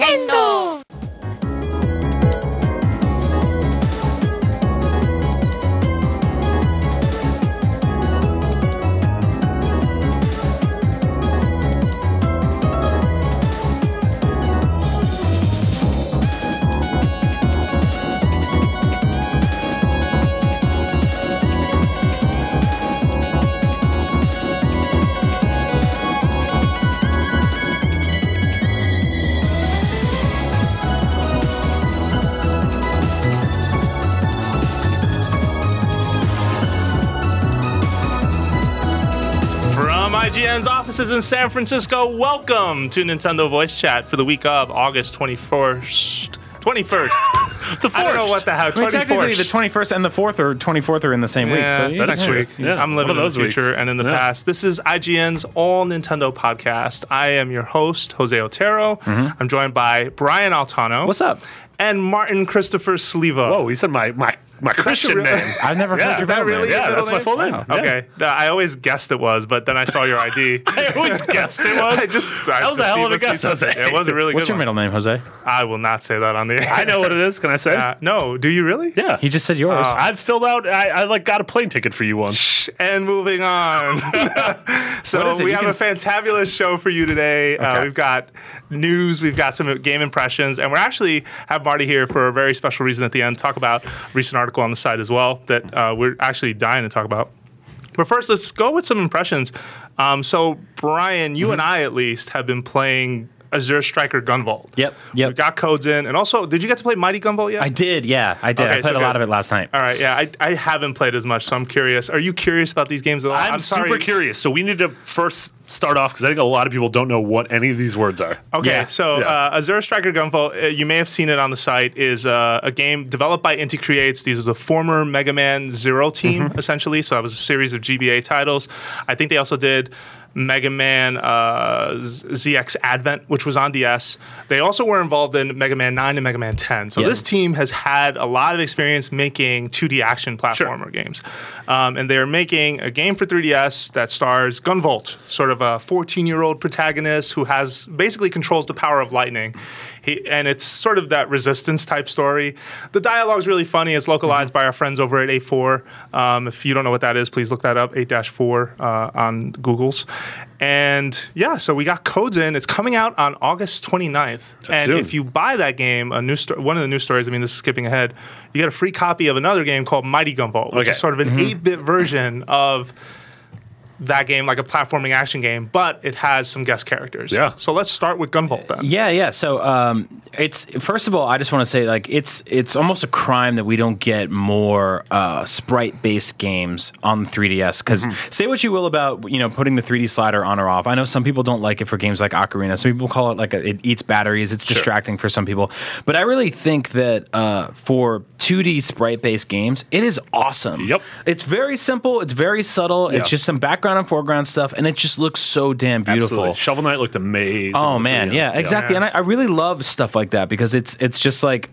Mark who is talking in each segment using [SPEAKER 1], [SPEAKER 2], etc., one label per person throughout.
[SPEAKER 1] Nintendo.
[SPEAKER 2] From IGN's offices in San Francisco, welcome to Nintendo Voice Chat for the week of August 21st. 21st.
[SPEAKER 3] The
[SPEAKER 2] I don't know what the hell.
[SPEAKER 4] I mean,
[SPEAKER 2] 24th.
[SPEAKER 4] technically, the 21st and the 4th or 24th are in the same week.
[SPEAKER 2] Yeah,
[SPEAKER 4] So you
[SPEAKER 2] that's
[SPEAKER 4] just-
[SPEAKER 2] next week.
[SPEAKER 3] Yeah,
[SPEAKER 2] I'm
[SPEAKER 3] one of
[SPEAKER 2] living in the
[SPEAKER 3] those weeks.
[SPEAKER 2] future and in the
[SPEAKER 3] Yeah.
[SPEAKER 2] past. This is IGN's All Nintendo podcast. I am your host, Jose Otero. I'm joined by Brian Altano.
[SPEAKER 4] What's up?
[SPEAKER 2] And Martin Christopher Sliva.
[SPEAKER 3] Whoa, Oh, he said my my my Christian
[SPEAKER 2] real-
[SPEAKER 3] name.
[SPEAKER 4] I've never
[SPEAKER 3] Yeah,
[SPEAKER 4] heard your
[SPEAKER 3] is that
[SPEAKER 4] middle
[SPEAKER 2] really
[SPEAKER 4] name.
[SPEAKER 2] your
[SPEAKER 3] yeah, that's
[SPEAKER 2] middle
[SPEAKER 3] my
[SPEAKER 2] name?
[SPEAKER 3] full name.
[SPEAKER 4] Wow.
[SPEAKER 3] Yeah.
[SPEAKER 2] Okay, Uh, I always guessed it was, but then I saw your ID.
[SPEAKER 3] I always guessed it was.
[SPEAKER 2] I just
[SPEAKER 3] That was a hell of a guess, Jose.
[SPEAKER 2] It was a really
[SPEAKER 4] What's
[SPEAKER 2] good
[SPEAKER 4] your
[SPEAKER 2] one.
[SPEAKER 4] middle name, Jose?
[SPEAKER 2] I will not say that on the air.
[SPEAKER 3] I know what it is. Can I say?
[SPEAKER 2] Uh, no, do you really?
[SPEAKER 3] yeah.
[SPEAKER 4] He just said yours.
[SPEAKER 2] Uh,
[SPEAKER 3] I've filled out. I, I like got a plane ticket for you once.
[SPEAKER 2] And moving on.
[SPEAKER 4] What
[SPEAKER 2] so
[SPEAKER 4] is it?
[SPEAKER 2] we
[SPEAKER 4] You
[SPEAKER 2] have
[SPEAKER 4] can
[SPEAKER 2] a
[SPEAKER 4] s-
[SPEAKER 2] fantabulous show for you today. Uh,
[SPEAKER 4] Okay.
[SPEAKER 2] we've got news, we've got some game impressions, and we're actually have Marty here for a very special reason at the end. Talk about a recent article on the site as well that uh, we're actually dying to talk about. But first, let's go with some impressions. Um, so Brian, you
[SPEAKER 4] Mm-hmm.
[SPEAKER 2] and I at least have been playing Azure Striker Gunvolt.
[SPEAKER 4] Yep, yep.
[SPEAKER 2] We got codes in, and also, did you get to play Mighty Gunvolt yet?
[SPEAKER 4] I did, yeah, I did.
[SPEAKER 2] Okay,
[SPEAKER 4] I played
[SPEAKER 2] so
[SPEAKER 4] a lot
[SPEAKER 2] good.
[SPEAKER 4] of it last night.
[SPEAKER 2] All right, yeah, I, I haven't played as much, so I'm curious. Are you curious about these games at all?
[SPEAKER 3] I'm,
[SPEAKER 2] sorry.
[SPEAKER 3] super curious. So we need to first start off because I think a lot of people don't know what any of these words are.
[SPEAKER 2] Okay,
[SPEAKER 4] Yeah,
[SPEAKER 2] so
[SPEAKER 3] yeah.
[SPEAKER 2] Uh, Azure Striker Gunvolt, uh, you may have seen it on the site, is uh, a game developed by Inti Creates. These are the former Mega Man Zero team,
[SPEAKER 4] Mm-hmm.
[SPEAKER 2] essentially. So that was a series of GBA titles. I think they also did Mega Man uh, Z- ZX Advent, which was on DS. They also were involved in Mega Man 9 and Mega Man 10. So
[SPEAKER 4] Yeah.
[SPEAKER 2] this team has had a lot of experience making 2D action platformer games. Um, and they're making a game for 3DS that stars Gunvolt, sort of a 14 year old protagonist who has basically controls the power of lightning. He, and it's sort of that resistance type story. The dialogue's really funny. It's localized by our friends over at A4. Um, if you don't know what that is, please look that up 8 4 uh, on Google's. And yeah, so we got codes in. It's coming out on August 29th. and
[SPEAKER 3] soon.
[SPEAKER 2] if you buy that game, a new sto- one of the new stories, I mean, this is skipping ahead, you get a free copy of another game called Mighty Gumball, which
[SPEAKER 3] Okay. Mm-hmm.
[SPEAKER 2] is sort of an 8 bit version of that game, like a platforming action game, but it has some guest characters.
[SPEAKER 3] Yeah.
[SPEAKER 2] So let's start with Gumball then.
[SPEAKER 4] Yeah, yeah. So um, it's first of all, I just want to say like it's it's almost a crime that we don't get more uh, sprite based games on the 3ds. Because
[SPEAKER 3] Mm-hmm.
[SPEAKER 4] say what you will about you know putting the 3D slider on or off. I know some people don't like it for games like Ocarina. Some people call it like a, it eats batteries. It's distracting for some people. But I really think that uh, for 2D sprite based games, it is awesome.
[SPEAKER 3] Yep.
[SPEAKER 4] It's very simple. It's very subtle.
[SPEAKER 3] Yeah.
[SPEAKER 4] It's just some background and foreground stuff, and it just looks so damn beautiful.
[SPEAKER 3] Absolutely. Shovel Knight looked amazing.
[SPEAKER 4] Oh man, yeah, exactly. And I, I really love stuff like that because it's it's just like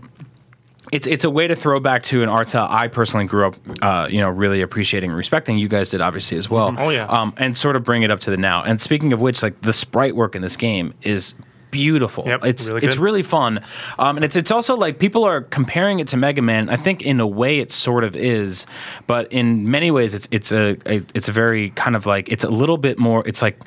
[SPEAKER 4] it's it's a way to throw back to an art style I personally grew up, uh, you know, really appreciating and respecting. You guys did obviously as well.
[SPEAKER 2] Oh, yeah.
[SPEAKER 4] um, and sort of bring it up to the now. And speaking of which, like the sprite work in this game is beautiful.
[SPEAKER 2] Yep,
[SPEAKER 4] it's
[SPEAKER 2] really
[SPEAKER 4] it's
[SPEAKER 2] good.
[SPEAKER 4] really fun, um, and it's it's also like people are comparing it to Mega Man. I think in a way it sort of is, but in many ways it's it's a, a it's a very kind of like it's a little bit more. It's like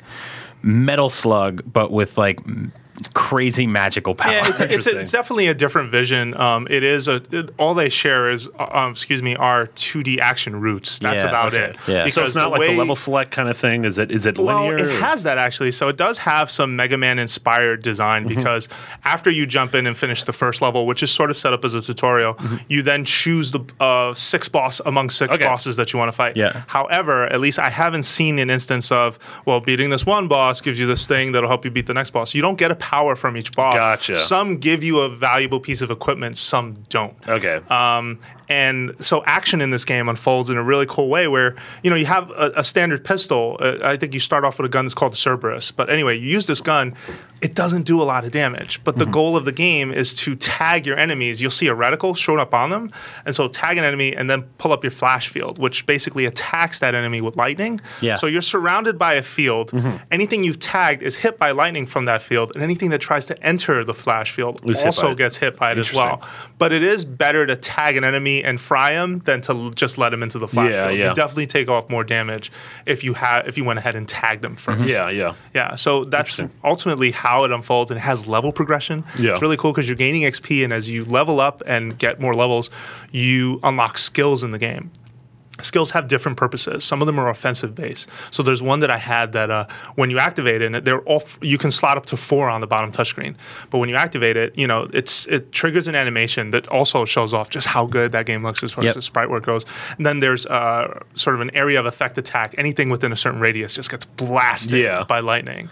[SPEAKER 4] Metal Slug, but with like m- crazy magical power.
[SPEAKER 2] Yeah, it's, it's,
[SPEAKER 3] Interesting.
[SPEAKER 2] it's definitely a different vision. Um, it is a it- all they share is, uh, um, excuse me, are 2D action roots. That's
[SPEAKER 4] Yeah,
[SPEAKER 2] about
[SPEAKER 4] okay.
[SPEAKER 2] it.
[SPEAKER 4] Yeah.
[SPEAKER 3] So it's not like the
[SPEAKER 2] way-
[SPEAKER 3] level select kind of thing. Is it? Is it
[SPEAKER 2] Well,
[SPEAKER 3] linear?
[SPEAKER 2] it has that actually. So it does have some Mega Man inspired design
[SPEAKER 3] Mm-hmm.
[SPEAKER 2] because after you jump in and finish the first level, which is sort of set up as a tutorial, you then choose the uh, six boss among six
[SPEAKER 3] Mm-hmm. Okay.
[SPEAKER 2] bosses that you want to fight.
[SPEAKER 4] Yeah.
[SPEAKER 2] However, at least I haven't seen an instance of well, beating this one boss gives you this thing that'll help you beat the next boss. You don't get a power from each boss.
[SPEAKER 3] Gotcha.
[SPEAKER 2] Some give you a valuable piece of equipment, some don't.
[SPEAKER 3] okay.
[SPEAKER 2] Um, and so action in this game unfolds in a really cool way where, you know, you have a, a standard pistol. Uh, I think you start off with a gun that's called the Cerberus. But anyway, you use this gun. It doesn't do a lot of damage. But the
[SPEAKER 3] Mm-hmm.
[SPEAKER 2] goal of the game is to tag your enemies. You'll see a reticle shown up on them. And so tag an enemy and then pull up your flash field, which basically attacks that enemy with lightning.
[SPEAKER 4] Yeah.
[SPEAKER 3] Mm-hmm.
[SPEAKER 2] So you're surrounded by a field. Anything you've tagged is hit by lightning from that field. And anything that tries to enter the flash field
[SPEAKER 3] Is hit by
[SPEAKER 2] also
[SPEAKER 3] it.
[SPEAKER 2] gets hit by it as well. But it is better to tag an enemy and fry him than to l- just let him into the flash
[SPEAKER 3] Yeah,
[SPEAKER 2] field.
[SPEAKER 3] yeah.
[SPEAKER 2] You definitely take off more damage if you have if you went ahead and tagged him 1st
[SPEAKER 3] Yeah, yeah.
[SPEAKER 2] yeah, so that's
[SPEAKER 3] Interesting.
[SPEAKER 2] ultimately how it unfolds, and it has level progression.
[SPEAKER 3] Yeah.
[SPEAKER 2] It's really cool because you're gaining XP, and as you level up and get more levels, you unlock skills in the game. Skills have different purposes. Some of them are offensive based. So there's one that I had that uh, when you activate it, they're all you can slot up to four on the bottom touchscreen. But when you activate it, you know it's it triggers an animation that also shows off just how good that game looks as far
[SPEAKER 4] Yep.
[SPEAKER 2] as the sprite work goes. And then there's uh, sort of an area of effect attack. Anything within a certain radius just gets blasted
[SPEAKER 3] Yeah.
[SPEAKER 2] by by lightning.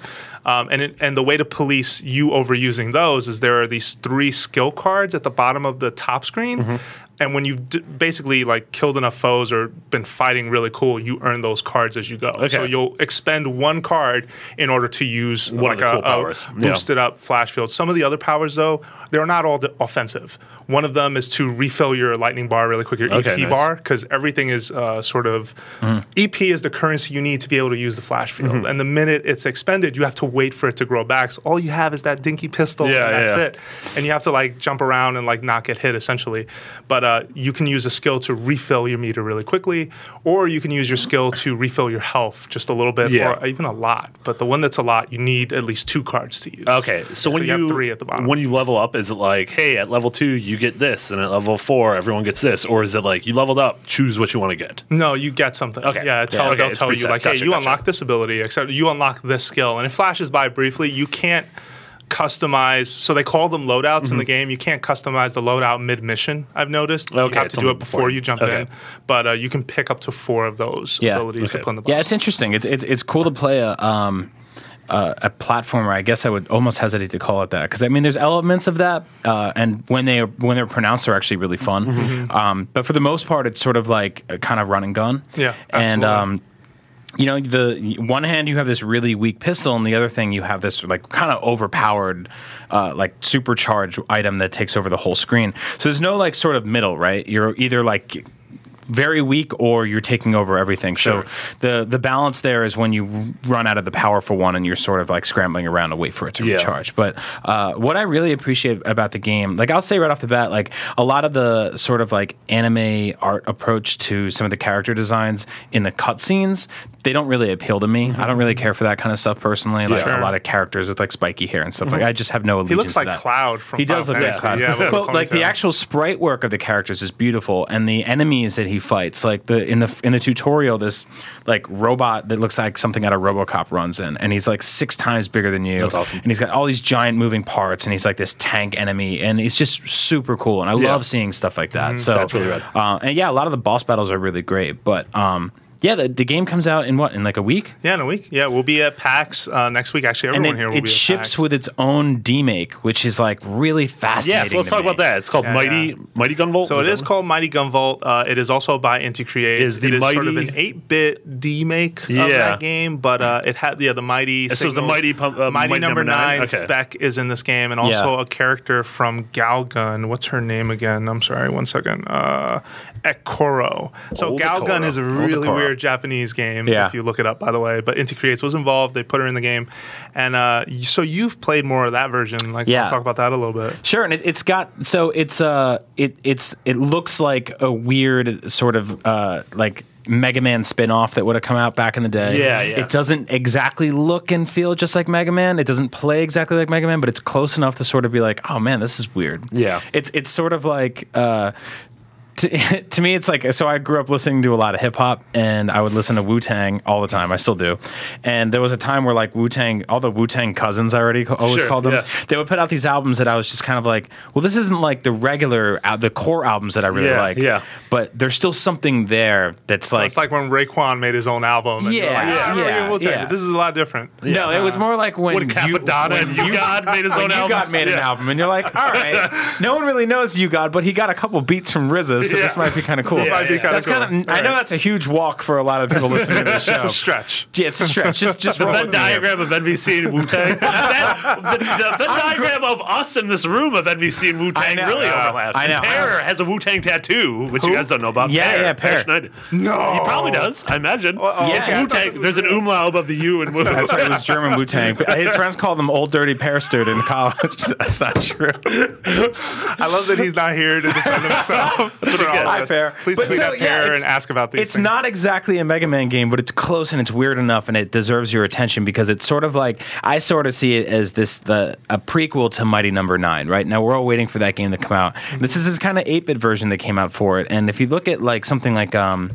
[SPEAKER 2] Um, and it, and the way to police you overusing those is there are these three skill cards at the bottom of the top screen.
[SPEAKER 3] Mm-hmm.
[SPEAKER 2] And when you've d- basically like killed enough foes or been fighting really cool, you earn those cards as you go. So you'll expend one card in order to use
[SPEAKER 3] One
[SPEAKER 2] like
[SPEAKER 3] of the
[SPEAKER 2] a,
[SPEAKER 3] cool
[SPEAKER 2] a
[SPEAKER 3] powers. Yeah.
[SPEAKER 2] boosted up flash field. Some of the other powers though, they're not all d- offensive. One of them is to refill your lightning bar really quick, your
[SPEAKER 3] Okay, nice.
[SPEAKER 2] EP
[SPEAKER 3] Mm-hmm.
[SPEAKER 2] bar, because everything is uh, sort of EP is the currency you need to be able to use the flash field. And the minute it's expended, you have to wait for it to grow back. So all you have is that dinky pistol,
[SPEAKER 3] Yeah,
[SPEAKER 2] and that's
[SPEAKER 3] yeah, yeah.
[SPEAKER 2] it. And you have to like jump around and like not get hit essentially. But uh, you can use a skill to refill your meter really quickly, or you can use your skill to refill your health just a little bit,
[SPEAKER 3] Yeah.
[SPEAKER 2] or even a lot. But the one that's a lot, you need at least two cards to use.
[SPEAKER 3] Okay, so when
[SPEAKER 2] you
[SPEAKER 3] you,
[SPEAKER 2] have three at the bottom.
[SPEAKER 3] when you level up, is it like, hey, at level two you get this, and at level four everyone gets this, or is it like you leveled up, choose what you want to get?
[SPEAKER 2] No, you get something.
[SPEAKER 3] Okay.
[SPEAKER 2] Yeah, it's
[SPEAKER 3] Yeah,
[SPEAKER 2] how
[SPEAKER 3] okay,
[SPEAKER 2] they'll
[SPEAKER 3] it's
[SPEAKER 2] tell
[SPEAKER 3] preset.
[SPEAKER 2] you, like,
[SPEAKER 3] Gotcha,
[SPEAKER 2] hey, you
[SPEAKER 3] gotcha.
[SPEAKER 2] unlock this ability, except you unlock this skill. And it flashes by briefly. You can't customize, so they call them loadouts
[SPEAKER 3] Mm-hmm.
[SPEAKER 2] in the game. You can't customize the loadout mid mission, I've noticed.
[SPEAKER 3] Okay,
[SPEAKER 2] you have
[SPEAKER 3] it's
[SPEAKER 2] to do
[SPEAKER 3] something
[SPEAKER 2] it before you jump
[SPEAKER 3] okay.
[SPEAKER 2] in. But uh, you can pick up to four of those
[SPEAKER 4] Yeah.
[SPEAKER 2] abilities
[SPEAKER 3] Okay.
[SPEAKER 2] to put in the box.
[SPEAKER 4] Yeah, it's interesting. It's it's, it's cool to play a um, uh, a platformer. I guess I would almost hesitate to call it that because I mean, there's elements of that, uh, and when they are, when they're pronounced, they're actually really fun.
[SPEAKER 2] Mm-hmm.
[SPEAKER 4] Um, but for the most part, it's sort of like a kind of run and gun.
[SPEAKER 2] Yeah,
[SPEAKER 4] and
[SPEAKER 2] absolutely.
[SPEAKER 4] um, you know, the one hand you have this really weak pistol, and the other thing you have this like kind of overpowered, uh, like supercharged item that takes over the whole screen. So there's no like sort of middle, right? You're either like very weak or you're taking over everything.
[SPEAKER 3] Sure.
[SPEAKER 4] So the the balance there is when you run out of the powerful one and you're sort of like scrambling around to wait for it to
[SPEAKER 3] Yeah.
[SPEAKER 4] recharge. But uh, what I really appreciate about the game, like I'll say right off the bat, like a lot of the sort of like anime art approach to some of the character designs in the cutscenes, they don't really appeal to me. I don't really care for that kind of stuff personally. Like
[SPEAKER 2] Sure. Mm-hmm.
[SPEAKER 4] a lot of characters with like spiky hair and stuff. Like I just have no allegiance.
[SPEAKER 2] he looks
[SPEAKER 4] to
[SPEAKER 2] like
[SPEAKER 4] that.
[SPEAKER 2] Cloud from
[SPEAKER 4] He does
[SPEAKER 2] Final
[SPEAKER 4] look like
[SPEAKER 2] Fantasy. Yeah,
[SPEAKER 4] Cloud.
[SPEAKER 2] with the
[SPEAKER 4] but like the
[SPEAKER 2] ponytail.
[SPEAKER 4] actual sprite work of the characters is beautiful, and the enemies that he fights, like the in the in the tutorial, this like robot that looks like something out of RoboCop runs in, and he's like six times bigger than you.
[SPEAKER 3] That's awesome.
[SPEAKER 4] And he's got all these giant moving parts, and he's like this tank enemy, and it's just super cool. And I
[SPEAKER 3] Yeah. Mm-hmm.
[SPEAKER 4] love seeing stuff like that. So
[SPEAKER 3] That's really rad.
[SPEAKER 4] Uh, and yeah, a lot of the boss battles are really great, but um, yeah, the, the game comes out in what in like a week.
[SPEAKER 2] Yeah, in a week. Yeah, we'll be at PAX uh, next week. Actually,
[SPEAKER 4] And
[SPEAKER 2] everyone
[SPEAKER 4] it,
[SPEAKER 2] here will
[SPEAKER 4] it
[SPEAKER 2] be at
[SPEAKER 4] ships
[SPEAKER 2] PAX.
[SPEAKER 4] with its own demake, which is like really fascinating.
[SPEAKER 3] Yeah, so let's
[SPEAKER 4] to
[SPEAKER 3] talk
[SPEAKER 4] me.
[SPEAKER 3] about that. It's called
[SPEAKER 2] Yeah,
[SPEAKER 3] Mighty
[SPEAKER 2] yeah.
[SPEAKER 3] Mighty Gunvolt.
[SPEAKER 2] So it
[SPEAKER 3] that
[SPEAKER 2] is
[SPEAKER 3] one?
[SPEAKER 2] called Mighty Gun Vault. Uh, it is also by Anticreate.
[SPEAKER 3] Is the
[SPEAKER 2] it is sort of
[SPEAKER 3] Mighty-
[SPEAKER 2] an eight-bit D-make
[SPEAKER 3] Yeah.
[SPEAKER 2] of that game, but uh, it had yeah the Mighty.
[SPEAKER 3] So it's the
[SPEAKER 2] signals.
[SPEAKER 3] Mighty Pump- uh,
[SPEAKER 2] Mighty,
[SPEAKER 3] Mighty
[SPEAKER 2] Number
[SPEAKER 3] Number Nine?
[SPEAKER 2] Nine
[SPEAKER 3] Okay.
[SPEAKER 2] Spec is in this game, and also a character from Galgun. What's her name again? I'm sorry, one second. Uh, Ekoro. So
[SPEAKER 3] Old
[SPEAKER 2] Galgun
[SPEAKER 3] Ekoro.
[SPEAKER 2] is a
[SPEAKER 3] Old
[SPEAKER 2] really
[SPEAKER 3] Ekoro.
[SPEAKER 2] weird Japanese game.
[SPEAKER 4] Yeah.
[SPEAKER 2] If you look it up, by the way, but Anticreates was involved. They put her in the game, and uh, y- so you've played more of that version. Like,
[SPEAKER 4] Yeah.
[SPEAKER 2] we'll talk about that a little bit.
[SPEAKER 4] Sure, and it, it's got so it's uh it it's it looks like a weird sort of uh like Mega Man spin-off that would have come out back in the day.
[SPEAKER 3] Yeah, yeah.
[SPEAKER 4] It doesn't exactly look and feel just like Mega Man. It doesn't play exactly like Mega Man, but it's close enough to sort of be like, "Oh man, this is weird."
[SPEAKER 3] Yeah.
[SPEAKER 4] It's it's sort of like uh to, to me, it's like so. I grew up listening to a lot of hip hop, and I would listen to Wu Tang all the time. I still do. And there was a time where like Wu Tang, all the Wu Tang cousins, I already ca- always
[SPEAKER 3] Sure,
[SPEAKER 4] called them.
[SPEAKER 3] yeah.
[SPEAKER 4] They would put out these albums that I was just kind of like, well, this isn't like the regular, al- the core albums that I really
[SPEAKER 3] Yeah,
[SPEAKER 4] like.
[SPEAKER 3] yeah.
[SPEAKER 4] But there's still something there that's like,
[SPEAKER 2] It's like when Raekwon made his own album. And you're
[SPEAKER 4] Yeah,
[SPEAKER 2] like, "Ah, I remember
[SPEAKER 4] yeah,
[SPEAKER 2] getting Wu-Tang,
[SPEAKER 4] yeah.
[SPEAKER 2] but This is a lot different.
[SPEAKER 4] no, it was more like when
[SPEAKER 3] When Capadonna
[SPEAKER 4] when
[SPEAKER 3] and You God made his
[SPEAKER 4] when
[SPEAKER 3] own
[SPEAKER 4] you
[SPEAKER 3] album.
[SPEAKER 4] got made an album, and you're like, all right, no one really knows you God, but he got a couple beats from RZA, so this
[SPEAKER 2] Yeah.
[SPEAKER 4] might be kind of cool.
[SPEAKER 2] This might be kinda
[SPEAKER 4] That's kinda-
[SPEAKER 2] cool.
[SPEAKER 4] I know that's a huge walk for a lot of people listening to this show.
[SPEAKER 2] It's a stretch.
[SPEAKER 4] Yeah, it's a stretch. Just, just
[SPEAKER 3] The
[SPEAKER 4] roll
[SPEAKER 3] Venn
[SPEAKER 4] with me here.
[SPEAKER 3] diagram of NBC and Wu Tang. The, the Venn diagram of us in this room of NBC and Wu Tang
[SPEAKER 4] know.
[SPEAKER 3] really
[SPEAKER 4] Yeah.
[SPEAKER 3] overlaps.
[SPEAKER 4] I know.
[SPEAKER 3] And Pear has a Wu Tang tattoo, which you guys don't know about.
[SPEAKER 4] Yeah,
[SPEAKER 3] Pear,
[SPEAKER 4] yeah, Pear.
[SPEAKER 3] Schneider.
[SPEAKER 2] No.
[SPEAKER 3] He probably does, I imagine.
[SPEAKER 2] Uh-oh.
[SPEAKER 3] It's
[SPEAKER 4] Yeah.
[SPEAKER 3] Wu Tang. There's an umlaut above the U and Wu.
[SPEAKER 4] That's right. It was German Wu Tang. His friends called him Old Dirty Parastute in college. That's not true.
[SPEAKER 2] I love that he's not here to defend himself.
[SPEAKER 3] what
[SPEAKER 2] That's
[SPEAKER 3] he gets.
[SPEAKER 4] Hi, Pear.
[SPEAKER 2] Please
[SPEAKER 4] But
[SPEAKER 2] tweet
[SPEAKER 4] so,
[SPEAKER 2] at
[SPEAKER 4] yeah,
[SPEAKER 2] Pear
[SPEAKER 4] it's-
[SPEAKER 2] and ask about these
[SPEAKER 4] It's
[SPEAKER 2] things.
[SPEAKER 4] not exactly a Mega Man game, but it's close and it's weird enough, and it deserves your attention because it's sort of like I sort of see it as this the a prequel to Mighty Number Nine. Right now, we're all waiting for that game to come out. This is this kind of eight bit version that came out for it, and if you look at like something like um,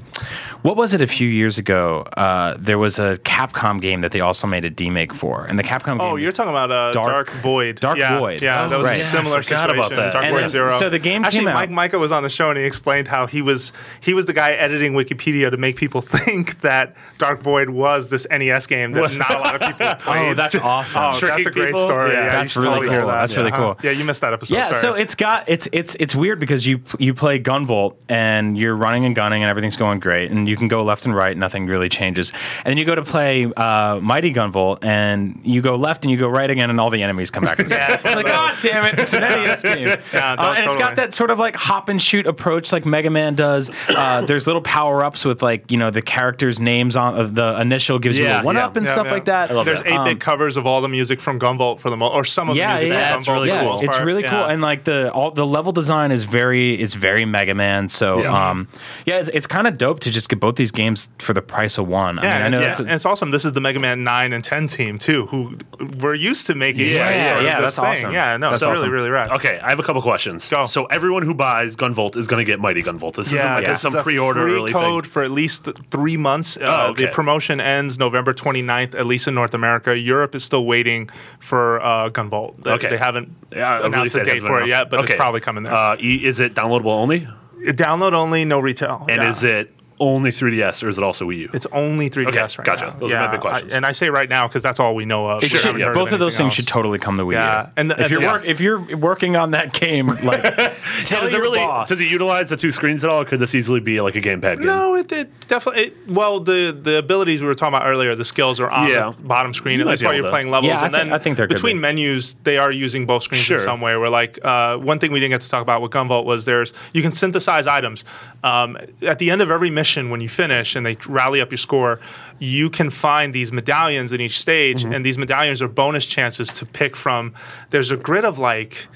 [SPEAKER 4] what was it a few years ago? Uh, there was a Capcom game that they also made a demake for, and the Capcom.
[SPEAKER 2] Oh,
[SPEAKER 4] game,
[SPEAKER 2] you're talking about uh,
[SPEAKER 4] Dark-
[SPEAKER 2] Dark, Void.
[SPEAKER 4] Dark
[SPEAKER 2] yeah,
[SPEAKER 4] Void.
[SPEAKER 2] Yeah, that was
[SPEAKER 4] Right.
[SPEAKER 2] a
[SPEAKER 4] Yeah, I
[SPEAKER 2] similar
[SPEAKER 3] forgot about
[SPEAKER 2] situation.
[SPEAKER 3] that.
[SPEAKER 2] Dark
[SPEAKER 3] And
[SPEAKER 2] Void
[SPEAKER 3] then-
[SPEAKER 2] Zero.
[SPEAKER 4] so the game
[SPEAKER 2] Actually,
[SPEAKER 4] came out-
[SPEAKER 2] Mike Micah was on the show and he explained how he was he was the guy editing Wikipedia to make people think that Dark Void was this NES game that not a lot of people played.
[SPEAKER 4] Oh, that's awesome.
[SPEAKER 2] Oh, that's
[SPEAKER 3] Tricking
[SPEAKER 2] a great
[SPEAKER 3] people?
[SPEAKER 2] story.
[SPEAKER 3] Yeah.
[SPEAKER 2] Yeah, you
[SPEAKER 4] That's
[SPEAKER 2] should
[SPEAKER 4] really
[SPEAKER 2] totally hear
[SPEAKER 4] cool.
[SPEAKER 2] that.
[SPEAKER 4] That's really
[SPEAKER 2] Uh-huh.
[SPEAKER 4] cool.
[SPEAKER 2] Yeah, you missed that episode.
[SPEAKER 4] Yeah,
[SPEAKER 2] sorry.
[SPEAKER 4] so it's got it's it's it's weird because you you play Gunvolt and you're running and gunning and everything's going great and you can go left and right nothing really changes and then you go to play uh, Mighty Gunvolt and you go left and you go right again and all the enemies come back.
[SPEAKER 2] Yeah, it's one
[SPEAKER 4] like,
[SPEAKER 2] of those.
[SPEAKER 4] God damn it! It's an NES game,
[SPEAKER 2] Yeah,
[SPEAKER 4] Uh, and it's
[SPEAKER 2] totally.
[SPEAKER 4] got that sort of like hop and shoot approach like Mega Man does. Uh, there's little power ups with like you know the characters' names on uh, the initial gives you
[SPEAKER 3] Yeah,
[SPEAKER 4] a one up
[SPEAKER 3] yeah,
[SPEAKER 4] and
[SPEAKER 2] Yeah,
[SPEAKER 4] stuff
[SPEAKER 2] yeah.
[SPEAKER 4] like that.
[SPEAKER 3] love
[SPEAKER 2] There's
[SPEAKER 3] that.
[SPEAKER 2] eight bit
[SPEAKER 4] Um,
[SPEAKER 2] covers of all the music from Gunvolt for the most, or some of the music.
[SPEAKER 3] yeah.
[SPEAKER 2] from
[SPEAKER 3] That's
[SPEAKER 2] Gunvolt
[SPEAKER 3] really
[SPEAKER 2] for the
[SPEAKER 3] cool.
[SPEAKER 2] most
[SPEAKER 4] It's
[SPEAKER 2] part.
[SPEAKER 4] really cool,
[SPEAKER 2] Yeah.
[SPEAKER 4] and like the all the level design is very is very Mega Man. So
[SPEAKER 3] Yeah.
[SPEAKER 4] yeah, um, yeah it's, it's kind of dope to just get both these games for the price of one.
[SPEAKER 2] Yeah,
[SPEAKER 4] I mean, I
[SPEAKER 2] and,
[SPEAKER 4] know
[SPEAKER 2] it's,
[SPEAKER 4] that's a-
[SPEAKER 2] and it's awesome. This is the Mega Man nine and ten team too, who we're used to making.
[SPEAKER 3] Yeah,
[SPEAKER 2] like,
[SPEAKER 3] yeah,
[SPEAKER 2] sort of
[SPEAKER 4] yeah,
[SPEAKER 2] this
[SPEAKER 4] that's
[SPEAKER 2] thing.
[SPEAKER 4] awesome.
[SPEAKER 2] Yeah, no,
[SPEAKER 4] That's
[SPEAKER 2] it's really
[SPEAKER 4] awesome.
[SPEAKER 2] really rad.
[SPEAKER 3] Okay, I have a couple questions.
[SPEAKER 2] Go.
[SPEAKER 3] So everyone who buys Gunvolt is going to get Mighty Gunvolt. This isn't like
[SPEAKER 2] this
[SPEAKER 3] some
[SPEAKER 2] is a
[SPEAKER 3] pre-order
[SPEAKER 2] free
[SPEAKER 3] early
[SPEAKER 2] code
[SPEAKER 3] thing.
[SPEAKER 2] for at least th- three months. Uh,
[SPEAKER 3] Oh, okay.
[SPEAKER 2] The promotion ends November 29th, at least in North America. Europe is still waiting for uh, Gunvolt. They,
[SPEAKER 3] Okay.
[SPEAKER 2] they haven't
[SPEAKER 3] Yeah, a release
[SPEAKER 2] announced a
[SPEAKER 3] date
[SPEAKER 2] date
[SPEAKER 3] hasn't been
[SPEAKER 2] for it
[SPEAKER 3] announced.
[SPEAKER 2] yet, but
[SPEAKER 3] Okay.
[SPEAKER 2] it's probably coming there.
[SPEAKER 3] Uh, e- is it downloadable only?
[SPEAKER 2] Download only, no retail.
[SPEAKER 3] And
[SPEAKER 2] Yeah.
[SPEAKER 3] is it only 3DS or is it also Wii U?
[SPEAKER 2] It's only 3DS
[SPEAKER 3] Okay,
[SPEAKER 2] right
[SPEAKER 3] gotcha.
[SPEAKER 2] now.
[SPEAKER 3] Those are my big
[SPEAKER 2] I-
[SPEAKER 3] questions.
[SPEAKER 2] and I say right now because that's all we know of.
[SPEAKER 4] it
[SPEAKER 2] We
[SPEAKER 4] should-
[SPEAKER 2] haven't
[SPEAKER 3] yeah,
[SPEAKER 2] heard
[SPEAKER 4] both of those
[SPEAKER 2] anything
[SPEAKER 4] things
[SPEAKER 2] else.
[SPEAKER 4] should totally come to Wii U.
[SPEAKER 2] Yeah, and the-
[SPEAKER 4] if you're
[SPEAKER 2] yeah.
[SPEAKER 4] work, if you're working on that game, like tell
[SPEAKER 3] does it
[SPEAKER 4] your
[SPEAKER 3] really
[SPEAKER 4] boss.
[SPEAKER 3] does it utilize the two screens at all? Or could this easily be like a gamepad game?
[SPEAKER 2] No, it, it definitely. It, well, the the abilities we were talking about earlier, the skills are on
[SPEAKER 3] Yeah.
[SPEAKER 2] the bottom screen,
[SPEAKER 3] You
[SPEAKER 2] and
[SPEAKER 3] might
[SPEAKER 2] that's
[SPEAKER 3] be
[SPEAKER 2] why
[SPEAKER 3] able
[SPEAKER 2] you're
[SPEAKER 3] to-
[SPEAKER 2] playing levels.
[SPEAKER 4] Yeah, I
[SPEAKER 2] and
[SPEAKER 4] thi-
[SPEAKER 2] then
[SPEAKER 4] I think there could
[SPEAKER 2] between
[SPEAKER 4] be.
[SPEAKER 2] menus, they are using both screens
[SPEAKER 3] Sure.
[SPEAKER 2] in some way. Where like uh, one thing we didn't get to talk about with Gunvolt was there's you can synthesize items. Um, at the end of every mission, when you finish and they rally up your score, you can find these medallions in each stage, and these medallions are bonus chances to pick from. There's a grid of like.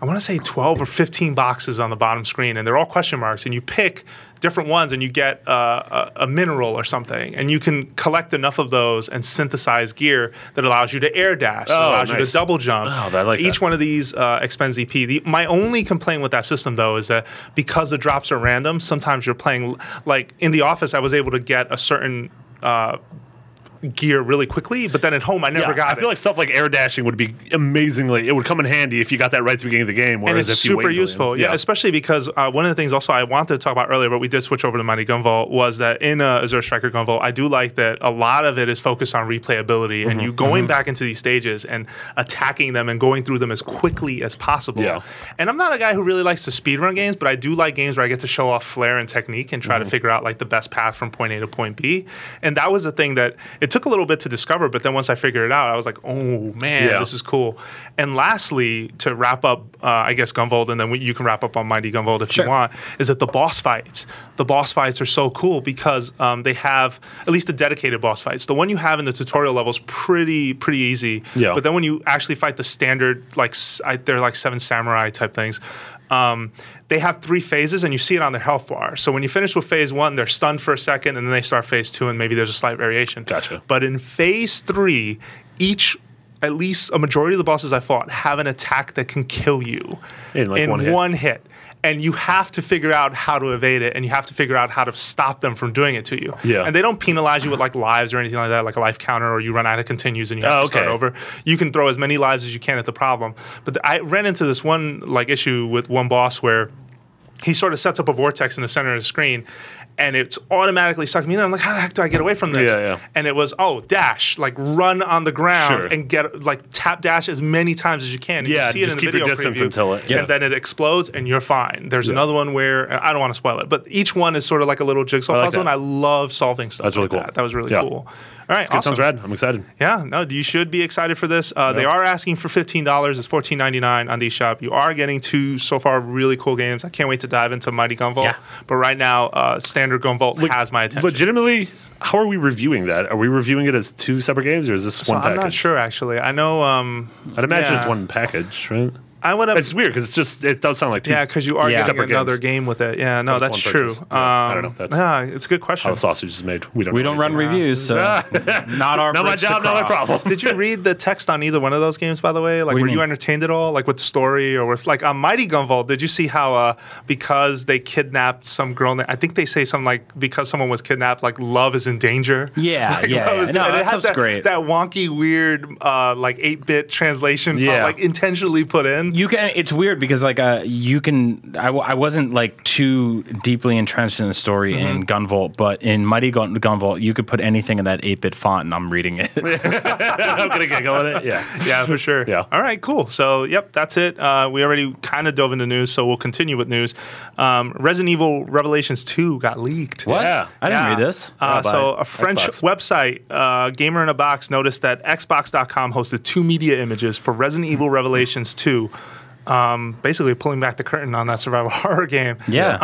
[SPEAKER 2] I want to say 12 or 15 boxes on the bottom screen, and they're all question marks. And you pick different ones, and you get uh, a, a mineral or something. And you can collect enough of those and synthesize gear that allows you to air dash, that
[SPEAKER 3] Oh,
[SPEAKER 2] allows you
[SPEAKER 3] nice.
[SPEAKER 2] to double jump.
[SPEAKER 3] Oh, I like
[SPEAKER 2] Each
[SPEAKER 3] that.
[SPEAKER 2] one of these uh, expends EP. The, my only complaint with that system, though, is that because the drops are random, sometimes you're playing, like in the office, I was able to get a certain. Uh, gear really quickly but then at home i never
[SPEAKER 3] Yeah,
[SPEAKER 2] got
[SPEAKER 3] I
[SPEAKER 2] it
[SPEAKER 3] feel like stuff like air dashing would be amazingly. It would come in handy if you got that right at the beginning of the game.
[SPEAKER 2] and
[SPEAKER 3] Whereas
[SPEAKER 2] it's
[SPEAKER 3] if you
[SPEAKER 2] super
[SPEAKER 3] wait until the
[SPEAKER 2] useful.
[SPEAKER 3] end-
[SPEAKER 2] Yeah. especially because uh, one of the things also I wanted to talk about earlier, but we did switch over to Mighty Gunvolt, was that in uh, Azure Striker Gunvolt, I do like that a lot of it is focused on replayability
[SPEAKER 3] Mm-hmm.
[SPEAKER 2] and you going back into these stages and attacking them and going through them as quickly as possible.
[SPEAKER 3] Yeah.
[SPEAKER 2] And I'm not a guy who really likes to speedrun games, but I do like games where I get to show off flair and technique and try to figure out like the best path from point A to point B. And that was the thing that it took a little bit to discover, but then once I figured it out, I was like, oh man,
[SPEAKER 3] Yeah.
[SPEAKER 2] this is cool. And lastly, to wrap up, uh, I guess Gunvold, and then we, you can wrap up on Mighty Gunvold if
[SPEAKER 4] Sure.
[SPEAKER 2] you want, is that the boss fights. The boss fights are so cool because um, they have at least the dedicated boss fights. The one you have in the tutorial level is pretty pretty easy.
[SPEAKER 3] Yeah.
[SPEAKER 2] But then when you actually fight the standard, like s- I, they're like seven samurai type things. Um, they have three phases, and you see it on their health bar. So when you finish with phase one, they're stunned for a second, and then they start phase two, and maybe there's a slight variation.
[SPEAKER 3] Gotcha.
[SPEAKER 2] But in phase three, each at least a majority of the bosses I fought have an attack that can kill you
[SPEAKER 3] In, like, one hit.
[SPEAKER 2] hit. And you have to figure out how to evade it, and you have to figure out how to stop them from doing it to you.
[SPEAKER 3] Yeah.
[SPEAKER 2] And they don't penalize you with like lives or anything like that, like a life counter, or you run out of continues and you have
[SPEAKER 3] Oh,
[SPEAKER 2] to start
[SPEAKER 3] okay.
[SPEAKER 2] over. You can throw as many lives as you can at the problem. But th- I ran into this one like issue with one boss where he sort of sets up a vortex in the center of the screen and it's automatically sucking me in. I'm like, how the heck do I get away from this?
[SPEAKER 3] Yeah, yeah.
[SPEAKER 2] And it was, oh, dash, like run on the ground
[SPEAKER 3] Sure.
[SPEAKER 2] and get like tap dash as many times as you can. And
[SPEAKER 3] Yeah,
[SPEAKER 2] you see it
[SPEAKER 3] just
[SPEAKER 2] in
[SPEAKER 3] keep
[SPEAKER 2] the
[SPEAKER 3] your
[SPEAKER 2] video
[SPEAKER 3] distance
[SPEAKER 2] preview,
[SPEAKER 3] until it- yeah.
[SPEAKER 2] And then it explodes and you're fine. There's another one where I don't want to spoil it, but each one is sort of like a little jigsaw
[SPEAKER 3] like
[SPEAKER 2] puzzle,
[SPEAKER 3] that.
[SPEAKER 2] and I love solving stuff.
[SPEAKER 3] That's really
[SPEAKER 2] like
[SPEAKER 3] cool.
[SPEAKER 2] That. That was really
[SPEAKER 3] Yeah.
[SPEAKER 2] cool. All right,
[SPEAKER 3] Good,
[SPEAKER 2] awesome.
[SPEAKER 3] sounds rad. I'm excited.
[SPEAKER 2] Yeah, no, you should be excited for this. Uh, They are asking for fifteen dollars. It's fourteen ninety nine on the shop. You are getting two so far really cool games. I can't wait to dive into Mighty Gunvolt.
[SPEAKER 3] Yeah.
[SPEAKER 2] But right now, uh, Standard Gunvolt has my attention.
[SPEAKER 3] Legitimately, how are we reviewing that? Are we reviewing it as two separate games or is this
[SPEAKER 2] So
[SPEAKER 3] one
[SPEAKER 2] I'm
[SPEAKER 3] package?
[SPEAKER 2] not sure actually. I know. Um,
[SPEAKER 3] I'd imagine it's
[SPEAKER 2] Yeah.
[SPEAKER 3] one package, right?
[SPEAKER 2] I would have.
[SPEAKER 3] It's weird because it's just it does sound like two.
[SPEAKER 2] Yeah, because you are
[SPEAKER 4] Yeah.
[SPEAKER 2] getting
[SPEAKER 3] Separate
[SPEAKER 2] another
[SPEAKER 3] games.
[SPEAKER 2] game with it. Yeah, no,
[SPEAKER 3] But
[SPEAKER 2] that's
[SPEAKER 3] it's one
[SPEAKER 2] true.
[SPEAKER 3] purchase.
[SPEAKER 2] Um,
[SPEAKER 3] Yeah, I don't know. That's-
[SPEAKER 2] yeah, it's a good question.
[SPEAKER 3] how the sausage is made. We don't.
[SPEAKER 4] We
[SPEAKER 3] know
[SPEAKER 4] don't run
[SPEAKER 3] anything.
[SPEAKER 4] reviews, so not our
[SPEAKER 3] Not my
[SPEAKER 4] bridge to
[SPEAKER 3] job, not my
[SPEAKER 4] cross.
[SPEAKER 3] problem.
[SPEAKER 2] Did you read the text on either one of those games, by the way? Like,
[SPEAKER 4] do you
[SPEAKER 2] were you
[SPEAKER 4] mean?
[SPEAKER 2] entertained at all? Like, with the story or with, like, on Mighty Gunvolt, did you see how, uh, because they kidnapped some girl, na- I think they say something like, because someone was kidnapped, like, love is in danger?
[SPEAKER 4] Yeah,
[SPEAKER 2] Like,
[SPEAKER 4] yeah,
[SPEAKER 2] that
[SPEAKER 4] yeah.
[SPEAKER 2] was-
[SPEAKER 4] No,
[SPEAKER 2] and it
[SPEAKER 4] that
[SPEAKER 2] had
[SPEAKER 4] stuff's
[SPEAKER 2] that,
[SPEAKER 4] great.
[SPEAKER 2] That wonky, weird, uh, like, 8 bit translation,
[SPEAKER 3] Yeah.
[SPEAKER 2] yeah. like, intentionally put in.
[SPEAKER 4] You can. It's weird because like uh, you can. I, w- I wasn't like too deeply entrenched in the story
[SPEAKER 2] Mm-hmm.
[SPEAKER 4] in Gunvolt, but in Mighty Gun- Gunvolt, you could put anything in that eight bit font, and I'm reading it.
[SPEAKER 3] I'm gonna giggle at it. Yeah.
[SPEAKER 2] yeah, for sure.
[SPEAKER 3] Yeah.
[SPEAKER 2] All right, cool. So, yep, that's it. Uh, we already kind of dove into news, so we'll continue with news. Um, Resident Evil Revelations 2 got leaked.
[SPEAKER 4] What?
[SPEAKER 3] Yeah.
[SPEAKER 4] I didn't
[SPEAKER 2] Yeah.
[SPEAKER 4] read this.
[SPEAKER 2] Uh,
[SPEAKER 3] Oh, by
[SPEAKER 2] so a French
[SPEAKER 3] Xbox.
[SPEAKER 2] website, uh, Gamer in a Box, noticed that Xbox.com hosted two media images for Resident Evil Revelations 2. Um, basically pulling back the curtain on that survival horror game. Uh,
[SPEAKER 4] Yeah.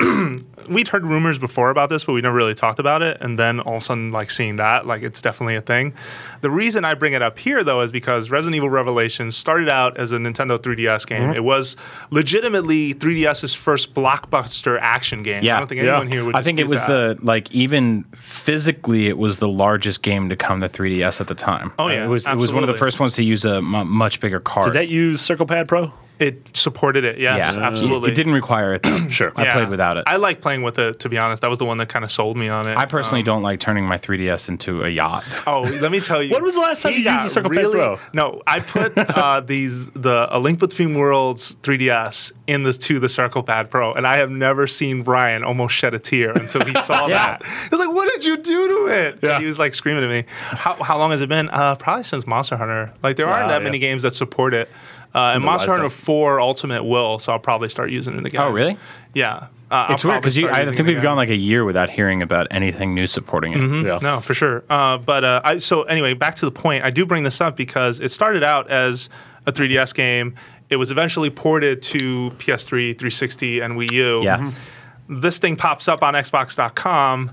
[SPEAKER 2] Um, We'd heard rumors before about this, but we never really talked about it. And then all of a sudden, like seeing that, like it's definitely a thing. The reason I bring it up here, though, is because Resident Evil Revelations started out as a Nintendo 3DS game.
[SPEAKER 4] Mm-hmm.
[SPEAKER 2] It was legitimately 3DS's first blockbuster action game.
[SPEAKER 4] Yeah.
[SPEAKER 2] I don't think
[SPEAKER 3] Yeah.
[SPEAKER 2] anyone here would.
[SPEAKER 4] I think
[SPEAKER 2] dispute
[SPEAKER 4] it was
[SPEAKER 2] that.
[SPEAKER 4] the like even physically it was the largest game to come to 3DS at the time.
[SPEAKER 2] Oh, yeah,
[SPEAKER 4] it was it was one of the
[SPEAKER 2] absolutely.
[SPEAKER 4] first ones to use a mu much bigger card.
[SPEAKER 3] Did that use Circle Pad Pro?
[SPEAKER 2] It supported it. Yes, absolutely.
[SPEAKER 4] It, didn't require it though.
[SPEAKER 3] Sure.
[SPEAKER 4] I
[SPEAKER 2] Yeah.
[SPEAKER 4] played without it.
[SPEAKER 2] I
[SPEAKER 4] I,
[SPEAKER 2] like playing with it, to be honest. That was the one that kind of sold me on it.
[SPEAKER 4] personally don't like turning my 3DS into a yacht.
[SPEAKER 2] Oh, let me tell you.
[SPEAKER 3] When was the last time
[SPEAKER 2] he
[SPEAKER 3] you used
[SPEAKER 2] got
[SPEAKER 3] the Circle Pad
[SPEAKER 2] really,
[SPEAKER 3] Pro?
[SPEAKER 2] No, I put uh, these the A Link Between Worlds 3DS in this to the Circle Pad Pro, and I have never seen Brian almost shed a tear until he saw
[SPEAKER 4] Yeah.
[SPEAKER 2] that. He was like, "What did you do to it?"
[SPEAKER 3] Yeah.
[SPEAKER 2] And he was like screaming at me. How, how long has it been? Uh, probably since Monster Hunter. Like there aren't
[SPEAKER 3] Wow,
[SPEAKER 2] that
[SPEAKER 3] yeah.
[SPEAKER 2] many games that support it. Uh, and Monster
[SPEAKER 3] wise though.
[SPEAKER 2] Hunter 4 Ultimate will, so I'll probably start using it again.
[SPEAKER 4] Oh, really?
[SPEAKER 2] Yeah. Uh, I'll
[SPEAKER 4] It's weird
[SPEAKER 2] probably
[SPEAKER 4] because you
[SPEAKER 2] start
[SPEAKER 4] I
[SPEAKER 2] using
[SPEAKER 4] think
[SPEAKER 2] it
[SPEAKER 4] we've
[SPEAKER 2] again.
[SPEAKER 4] gone like a year without hearing about anything new supporting it.
[SPEAKER 3] Yeah.
[SPEAKER 2] No, for sure. Uh, but uh, I, so anyway, back to the point. I do bring this up because it started out as a 3DS game. It was eventually ported to PS3, 360, and Wii U.
[SPEAKER 4] Yeah.
[SPEAKER 3] Mm-hmm.
[SPEAKER 2] This thing pops up on Xbox.com.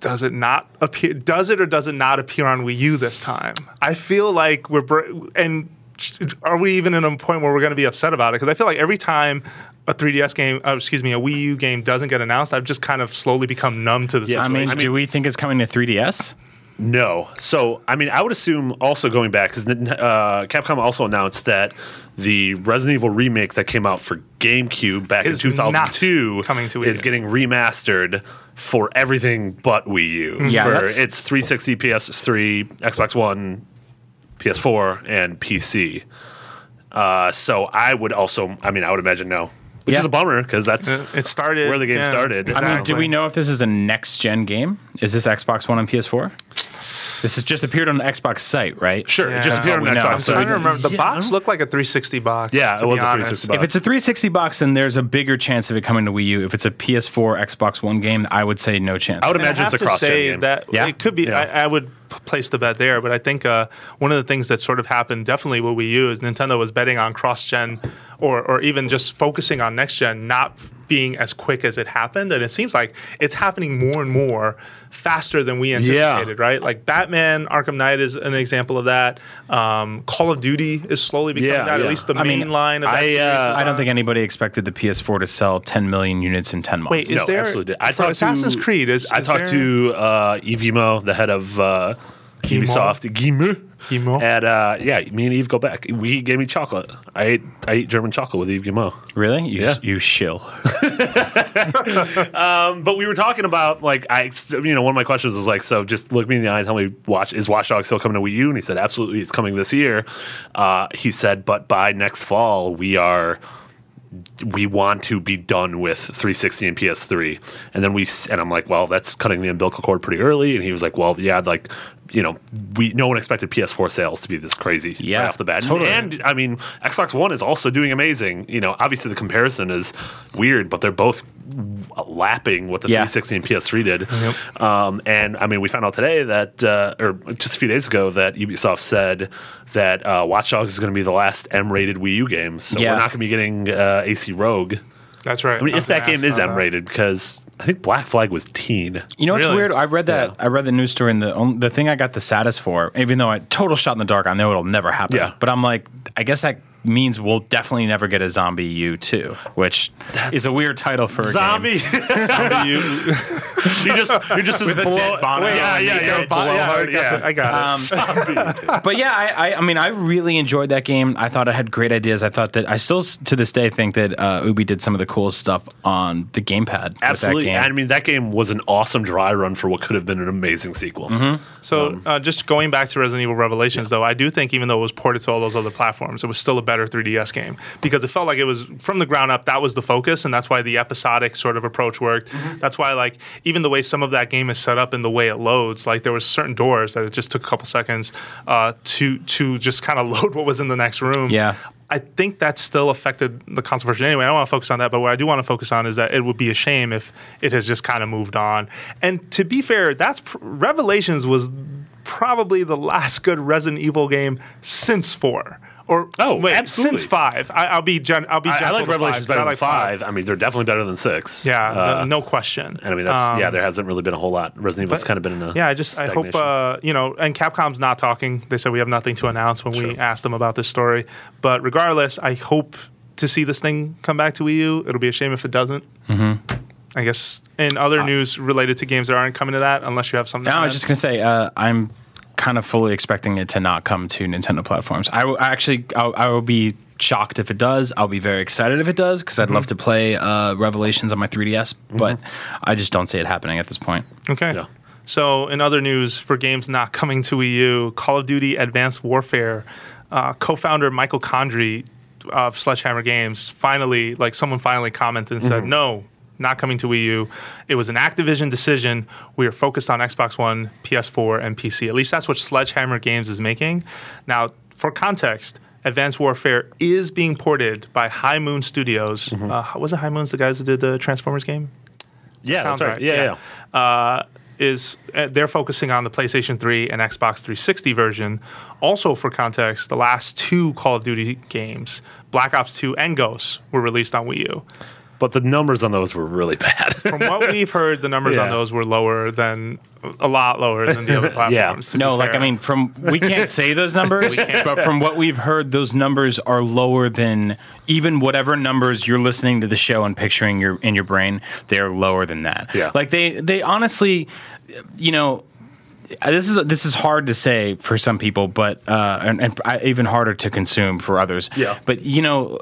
[SPEAKER 2] Does it not appear? Does it or does it not appear on Wii U this time? I feel like we're br- and are we even in a point where we're going to be upset about it? Because I feel like every time a 3DS game, uh, excuse me, a Wii U game doesn't get announced, I've just kind of slowly become numb to the
[SPEAKER 3] Yeah,
[SPEAKER 4] I,
[SPEAKER 2] situation.
[SPEAKER 4] mean, do we think it's coming to 3DS?
[SPEAKER 3] No. So, I mean, I would assume also going back because uh, Capcom also announced that the Resident Evil remake that came out for GameCube back
[SPEAKER 2] Is
[SPEAKER 3] in
[SPEAKER 2] not
[SPEAKER 3] 2002
[SPEAKER 2] coming to Wii
[SPEAKER 3] is
[SPEAKER 2] U.
[SPEAKER 3] getting remastered for everything but Wii U.
[SPEAKER 2] Mm.
[SPEAKER 4] Yeah,
[SPEAKER 3] for
[SPEAKER 4] that's-
[SPEAKER 3] it's 360, PS3, Xbox One, PS4, and PC. Uh, so, I would also, I mean, I would imagine no, which
[SPEAKER 4] Yeah.
[SPEAKER 3] is a bummer because that's
[SPEAKER 2] It started
[SPEAKER 3] where the game
[SPEAKER 2] yeah,
[SPEAKER 3] started.
[SPEAKER 2] exactly.
[SPEAKER 4] I mean, do we know if this is a next gen game? Is this Xbox One and PS4? This has just appeared on the Xbox site, right?
[SPEAKER 3] sure
[SPEAKER 2] Yeah.
[SPEAKER 3] it just appeared on
[SPEAKER 4] That's
[SPEAKER 3] Xbox.
[SPEAKER 4] all we know. I'm
[SPEAKER 2] I'm
[SPEAKER 3] so-
[SPEAKER 2] trying to remember. The
[SPEAKER 3] Yeah, I
[SPEAKER 2] box
[SPEAKER 3] don't-
[SPEAKER 2] looked like a 360 box.
[SPEAKER 3] Yeah,
[SPEAKER 2] to
[SPEAKER 3] it was a
[SPEAKER 2] be honest.
[SPEAKER 3] 360 box.
[SPEAKER 4] If it's a 360 box, then there's a bigger chance of it coming to Wii U. If it's a PS4, Xbox One game, I would say no chance.
[SPEAKER 3] I would
[SPEAKER 2] And I
[SPEAKER 3] imagine it's
[SPEAKER 2] have
[SPEAKER 3] a
[SPEAKER 2] to
[SPEAKER 3] cross-gen
[SPEAKER 2] say
[SPEAKER 3] game.
[SPEAKER 2] That
[SPEAKER 4] Yeah.
[SPEAKER 2] it could be.
[SPEAKER 3] Yeah.
[SPEAKER 2] I, I would p- place the bet there, but I think uh, one of the things that sort of happened definitely with Wii U is Nintendo was betting on cross-gen, or or even just focusing on next-gen, not being as quick as it happened. And it seems like it's happening more and more faster than we anticipated. Right, like Batman Arkham Knight is an example of that. Um, Call of Duty is slowly becoming
[SPEAKER 3] Yeah,
[SPEAKER 2] that.
[SPEAKER 3] yeah.
[SPEAKER 2] At least the
[SPEAKER 4] I
[SPEAKER 2] main
[SPEAKER 4] mean,
[SPEAKER 2] line of that
[SPEAKER 3] I,
[SPEAKER 2] series
[SPEAKER 3] uh,
[SPEAKER 2] is
[SPEAKER 4] I don't
[SPEAKER 2] on.
[SPEAKER 4] think anybody expected the PS4 to sell 10 million units in 10 months.
[SPEAKER 2] Wait, is
[SPEAKER 3] No,
[SPEAKER 2] there
[SPEAKER 3] absolutely. I
[SPEAKER 2] for
[SPEAKER 3] talked
[SPEAKER 2] Assassin's
[SPEAKER 3] to-
[SPEAKER 2] Creed? Is,
[SPEAKER 3] I
[SPEAKER 2] is
[SPEAKER 3] talked
[SPEAKER 2] there-
[SPEAKER 3] to uh, Yves Guillemot, the head of uh,
[SPEAKER 2] Guillemot?
[SPEAKER 3] Ubisoft. Guillemot.
[SPEAKER 2] Guillemot?
[SPEAKER 3] And uh, yeah, me and Eve go back. We he gave me chocolate. I ate I ate German chocolate with Eve Guillemot.
[SPEAKER 4] really? You,
[SPEAKER 3] Yeah.
[SPEAKER 4] you shill.
[SPEAKER 3] Um, but we were talking about like I you know one of my questions was like so just look me in the eye and tell me watch is Watch Dogs still coming to Wii U and he said absolutely it's coming this year. Uh, he said but by next fall we are we want to be done with 360 and PS3. And then we s- and I'm like, well, that's cutting the umbilical cord pretty early. And he was like, well, yeah, like you know, we no one expected PS4 sales to be this crazy
[SPEAKER 4] Yeah,
[SPEAKER 3] right off the bat. And-
[SPEAKER 4] totally.
[SPEAKER 3] And, I mean, Xbox One is also doing amazing. You know, obviously the comparison is weird, but they're both lapping what the
[SPEAKER 4] Yeah.
[SPEAKER 3] 360 and PS3 did. Um, and I mean, we found out today that, uh, or just a few days ago, that Ubisoft said that uh, Watch Dogs is going to be the last M-rated Wii U game, so
[SPEAKER 4] Yeah.
[SPEAKER 3] we're not going to be getting uh, AC Rogue.
[SPEAKER 2] That's right.
[SPEAKER 3] I mean,
[SPEAKER 2] was
[SPEAKER 3] if that
[SPEAKER 2] gonna
[SPEAKER 3] game
[SPEAKER 2] ask
[SPEAKER 3] is
[SPEAKER 2] about that.
[SPEAKER 3] M-rated, because I think Black Flag was teen.
[SPEAKER 4] You know what's
[SPEAKER 2] Really?
[SPEAKER 4] weird? I read that. I read the news story, and the only, the thing I got the saddest for, even though I total shot in the dark, I know it'll never happen.
[SPEAKER 3] Yeah.
[SPEAKER 4] But I'm like, I guess that means we'll definitely never get a zombie U two, which is a weird title for a game.
[SPEAKER 3] Zombie,
[SPEAKER 2] You-
[SPEAKER 3] you just you just as
[SPEAKER 4] With a
[SPEAKER 3] blow.
[SPEAKER 4] dead body
[SPEAKER 3] yeah,
[SPEAKER 4] on
[SPEAKER 3] yeah,
[SPEAKER 4] the
[SPEAKER 3] yeah,
[SPEAKER 4] edge.
[SPEAKER 3] blow hard,
[SPEAKER 2] yeah,
[SPEAKER 3] yeah.
[SPEAKER 2] I got it.
[SPEAKER 4] But yeah, I, I I mean, I really enjoyed that game. I thought it had great ideas. I thought that I still s- to this day think that uh, Ubi did some of the coolest stuff on the gamepad.
[SPEAKER 3] Absolutely.
[SPEAKER 4] With that
[SPEAKER 3] I
[SPEAKER 4] game.
[SPEAKER 3] mean, that game was an awesome dry run for what could have been an amazing sequel.
[SPEAKER 4] Mm-hmm.
[SPEAKER 2] So uh, just going back to Resident Evil Revelations, though, I do think even though it was ported to all those other platforms, it was still a better 3DS game because it felt like it was from the ground up. That was the focus, and that's why the episodic sort of approach worked. That's why, like, even the way some of that game is set up and the way it loads, like there was certain doors that it just took a couple seconds uh, to to just kind of load what was in the next room.
[SPEAKER 4] Yeah.
[SPEAKER 2] I think that still affected the console version anyway. I don't want to focus on that, but what I do want to focus on is that it would be a shame if it has just kind of moved on. And to be fair, that's pr- Revelations was probably the last good Resident Evil game since four. Or
[SPEAKER 3] Oh,
[SPEAKER 2] wait,
[SPEAKER 3] absolutely.
[SPEAKER 2] since five. I, I'll be gen- I'll be.
[SPEAKER 3] I, I
[SPEAKER 2] gentle
[SPEAKER 3] like
[SPEAKER 2] to
[SPEAKER 3] Revelations
[SPEAKER 2] five,
[SPEAKER 3] better
[SPEAKER 2] but
[SPEAKER 3] than
[SPEAKER 2] I like
[SPEAKER 3] five. I mean, they're definitely better than six.
[SPEAKER 2] Yeah,
[SPEAKER 3] Uh,
[SPEAKER 2] no, no question.
[SPEAKER 3] and I mean, that's
[SPEAKER 2] Um,
[SPEAKER 3] yeah. There hasn't really been a whole lot. Resident Evil's kind of been in a
[SPEAKER 2] yeah. I just I hope
[SPEAKER 3] stagnation.
[SPEAKER 2] uh, you know. And Capcom's not talking. They said we have nothing to announce when we
[SPEAKER 3] Sure.
[SPEAKER 2] asked them about this story. But regardless, I hope to see this thing come back to Wii U. It'll be a shame if it doesn't. Mm-hmm. I guess. In other news related to games that aren't coming to that, unless you have something.
[SPEAKER 4] No,
[SPEAKER 2] to
[SPEAKER 4] I
[SPEAKER 2] add.
[SPEAKER 4] was just gonna say uh, I'm kind of fully expecting it to not come to Nintendo platforms. I will- I actually I, I will be shocked if it does. I'll be very excited if it does because I'd love to play uh, Revelations on my 3DS, but I just don't see it happening at this point.
[SPEAKER 2] Okay.
[SPEAKER 3] Yeah.
[SPEAKER 2] So, in other news for games not coming to Wii U, Call of Duty Advanced Warfare uh, co founder Michael Condrey of Sledgehammer Games finally, like, someone finally commented and said, no, not coming to Wii U. It was an Activision decision. We are focused on Xbox One, PS4, and PC. At least that's what Sledgehammer Games is making. Now, for context, Advanced Warfare is being ported by High Moon Studios. Uh, was it High Moon's the guys who did the Transformers game?
[SPEAKER 3] yeah, that's
[SPEAKER 2] sounds
[SPEAKER 3] right.
[SPEAKER 2] right,
[SPEAKER 3] Yeah, yeah.
[SPEAKER 2] yeah. uh, is uh, they're focusing on the PlayStation 3 and Xbox 360 version. Also, for context, the last two Call of Duty games, Black Ops 2 and Ghosts, were released on Wii U.
[SPEAKER 3] But the numbers on those were really bad.
[SPEAKER 2] From what we've heard, the numbers on
[SPEAKER 3] Yeah.
[SPEAKER 2] those were lower than a lot lower than the other platforms. to be
[SPEAKER 4] No, like
[SPEAKER 2] fair.
[SPEAKER 4] I mean, from we can't say those numbers, but from what we've heard, those numbers are lower than even whatever numbers you're listening to the show and picturing your in your brain. They're lower than that.
[SPEAKER 3] Yeah.
[SPEAKER 4] like they they honestly, you know. This is this is hard to say for some people, but uh, and, and I- even harder to consume for others.
[SPEAKER 3] Yeah.
[SPEAKER 4] But you know,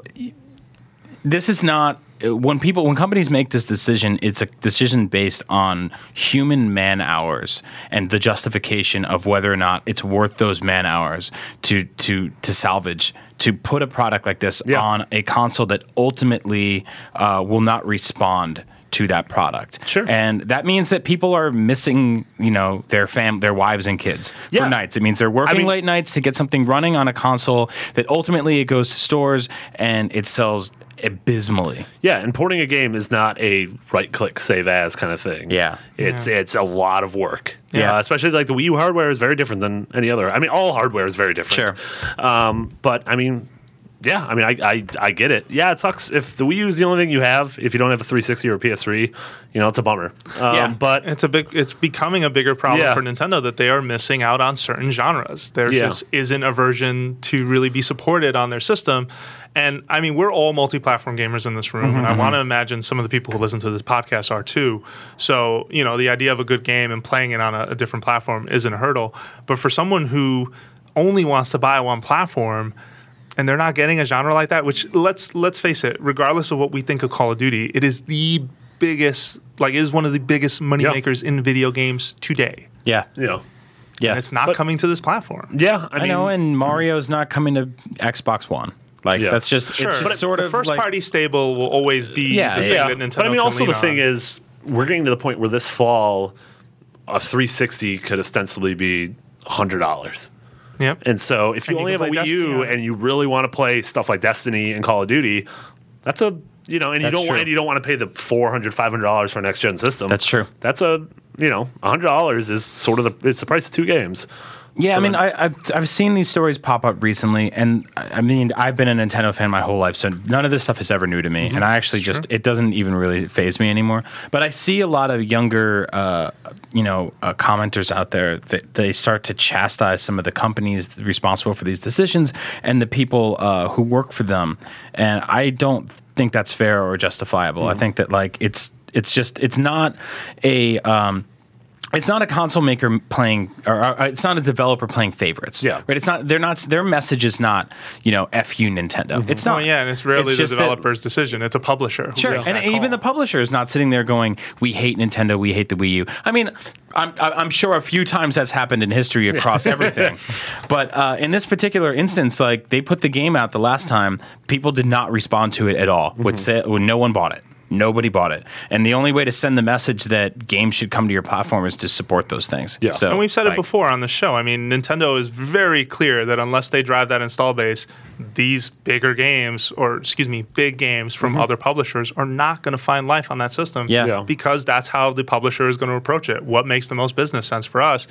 [SPEAKER 4] this is not when people when companies make this decision it's a decision based on human man hours and the justification of whether or not it's worth those man hours to to to salvage to put a product like this
[SPEAKER 3] Yeah.
[SPEAKER 4] on a console that ultimately uh, will not respond to that product
[SPEAKER 3] Sure.
[SPEAKER 4] and that means that people are missing you know their fam their wives and kids
[SPEAKER 3] Yeah.
[SPEAKER 4] for nights it means they're working
[SPEAKER 3] mean-
[SPEAKER 4] late late nights to get something running on a console that ultimately it goes to stores and it sells abysmally.
[SPEAKER 3] Yeah, and porting a game is not a right click save as kind of thing.
[SPEAKER 4] Yeah.
[SPEAKER 3] It's it's a lot of work.
[SPEAKER 4] Yeah.
[SPEAKER 3] Uh, especially like the Wii U hardware is very different than any other. I mean all hardware is very different. Sure. Um, but I mean yeah, I mean I, I I get it. Yeah, it sucks if the Wii U is the only thing you have, if you don't have a 360 or a PS3, you know, it's a bummer. Um,
[SPEAKER 4] Yeah.
[SPEAKER 3] but
[SPEAKER 2] it's a big it's becoming a bigger problem
[SPEAKER 3] Yeah.
[SPEAKER 2] for Nintendo that they are missing out on certain genres. There
[SPEAKER 3] Yeah.
[SPEAKER 2] just isn't a version to really be supported on their system. And I mean, we're all multi-platform gamers in this room, and I want to imagine some of the people who listen to this podcast are too. So, you know, the idea of a good game and playing it on a, a different platform isn't a hurdle. But for someone who only wants to buy one platform, and they're not getting a genre like that which let's let's face it regardless of what we think of call of duty it is the biggest like it is one of the biggest money
[SPEAKER 3] Yeah.
[SPEAKER 2] makers in video games today
[SPEAKER 4] Yeah.
[SPEAKER 3] you know.
[SPEAKER 4] Yeah.
[SPEAKER 2] and it's not coming to this platform
[SPEAKER 3] Yeah, I,
[SPEAKER 4] I
[SPEAKER 3] mean,
[SPEAKER 4] know, and Mario's not coming to Xbox One. Like that's just
[SPEAKER 2] Sure,
[SPEAKER 4] it's just
[SPEAKER 2] but
[SPEAKER 4] sort
[SPEAKER 2] the
[SPEAKER 4] of
[SPEAKER 2] first
[SPEAKER 4] like,
[SPEAKER 2] party stable will always be
[SPEAKER 4] Yeah,
[SPEAKER 2] the thing
[SPEAKER 4] yeah.
[SPEAKER 2] that Nintendo.
[SPEAKER 3] But I mean,
[SPEAKER 2] can
[SPEAKER 3] also
[SPEAKER 2] lean
[SPEAKER 3] the thing
[SPEAKER 2] on.
[SPEAKER 3] is, we're getting to the point where this fall, a 360 could ostensibly be hundred dollars.
[SPEAKER 2] yep.
[SPEAKER 3] And so, if you
[SPEAKER 2] And you
[SPEAKER 3] only have a
[SPEAKER 2] can
[SPEAKER 3] Wii
[SPEAKER 2] play Destiny
[SPEAKER 3] U
[SPEAKER 2] on it.
[SPEAKER 3] and you really want to play stuff like Destiny and Call of Duty, that's a you know, and you
[SPEAKER 4] That's
[SPEAKER 3] don't
[SPEAKER 4] true.
[SPEAKER 3] want and you don't want to pay the 400 500 dollars for a next gen system.
[SPEAKER 4] That's true.
[SPEAKER 3] That's a you know, hundred dollars is sort of the it's the price of two games.
[SPEAKER 4] Yeah,
[SPEAKER 3] So
[SPEAKER 4] I mean,
[SPEAKER 3] then-
[SPEAKER 4] I, I've I've seen these stories pop up recently, and I I mean, I've been a Nintendo fan my whole life, so none of this stuff is ever new to me,
[SPEAKER 3] Mm-hmm.
[SPEAKER 4] and I actually just it doesn't even really phase me anymore. But I see a lot of younger, uh, you know, uh, commenters out there that they start to chastise some of the companies responsible for these decisions and the people uh, who work for them, and I don't think that's fair or justifiable.
[SPEAKER 3] Mm-hmm.
[SPEAKER 4] I think that like it's it's just it's not a um, it's not a console maker playing or, uh it's not a developer playing favorites
[SPEAKER 3] Yeah.
[SPEAKER 4] right it's not they're not their message is not you know f you nintendo it's not
[SPEAKER 2] Oh yeah, and it's rarely the
[SPEAKER 4] just that-
[SPEAKER 2] developer's decision. It's a publisher. who
[SPEAKER 4] Sure,
[SPEAKER 2] makes
[SPEAKER 4] and
[SPEAKER 2] that
[SPEAKER 4] even
[SPEAKER 2] call.
[SPEAKER 4] the publisher is not sitting there going, "We hate Nintendo, we hate the Wii U." I mean, I'm I- I'm sure a few times that's happened in history across everything, but uh, in this particular instance, like they put the game out the last time, people did not respond to it at all. Would say, well, no one bought it. Nobody bought it, and the only way to send the message that games should come to your platform is to support those things.
[SPEAKER 3] Yeah.
[SPEAKER 4] so
[SPEAKER 2] And we've said it
[SPEAKER 4] like,
[SPEAKER 2] before on the show. I mean, Nintendo is very clear that unless they drive that install base, these bigger games, or excuse me, big games from other publishers, are not going to find life on that system.
[SPEAKER 4] Mm-hmm. Yeah. Yeah.
[SPEAKER 2] Because that's how the publisher is going to approach it. What makes the most business sense for us?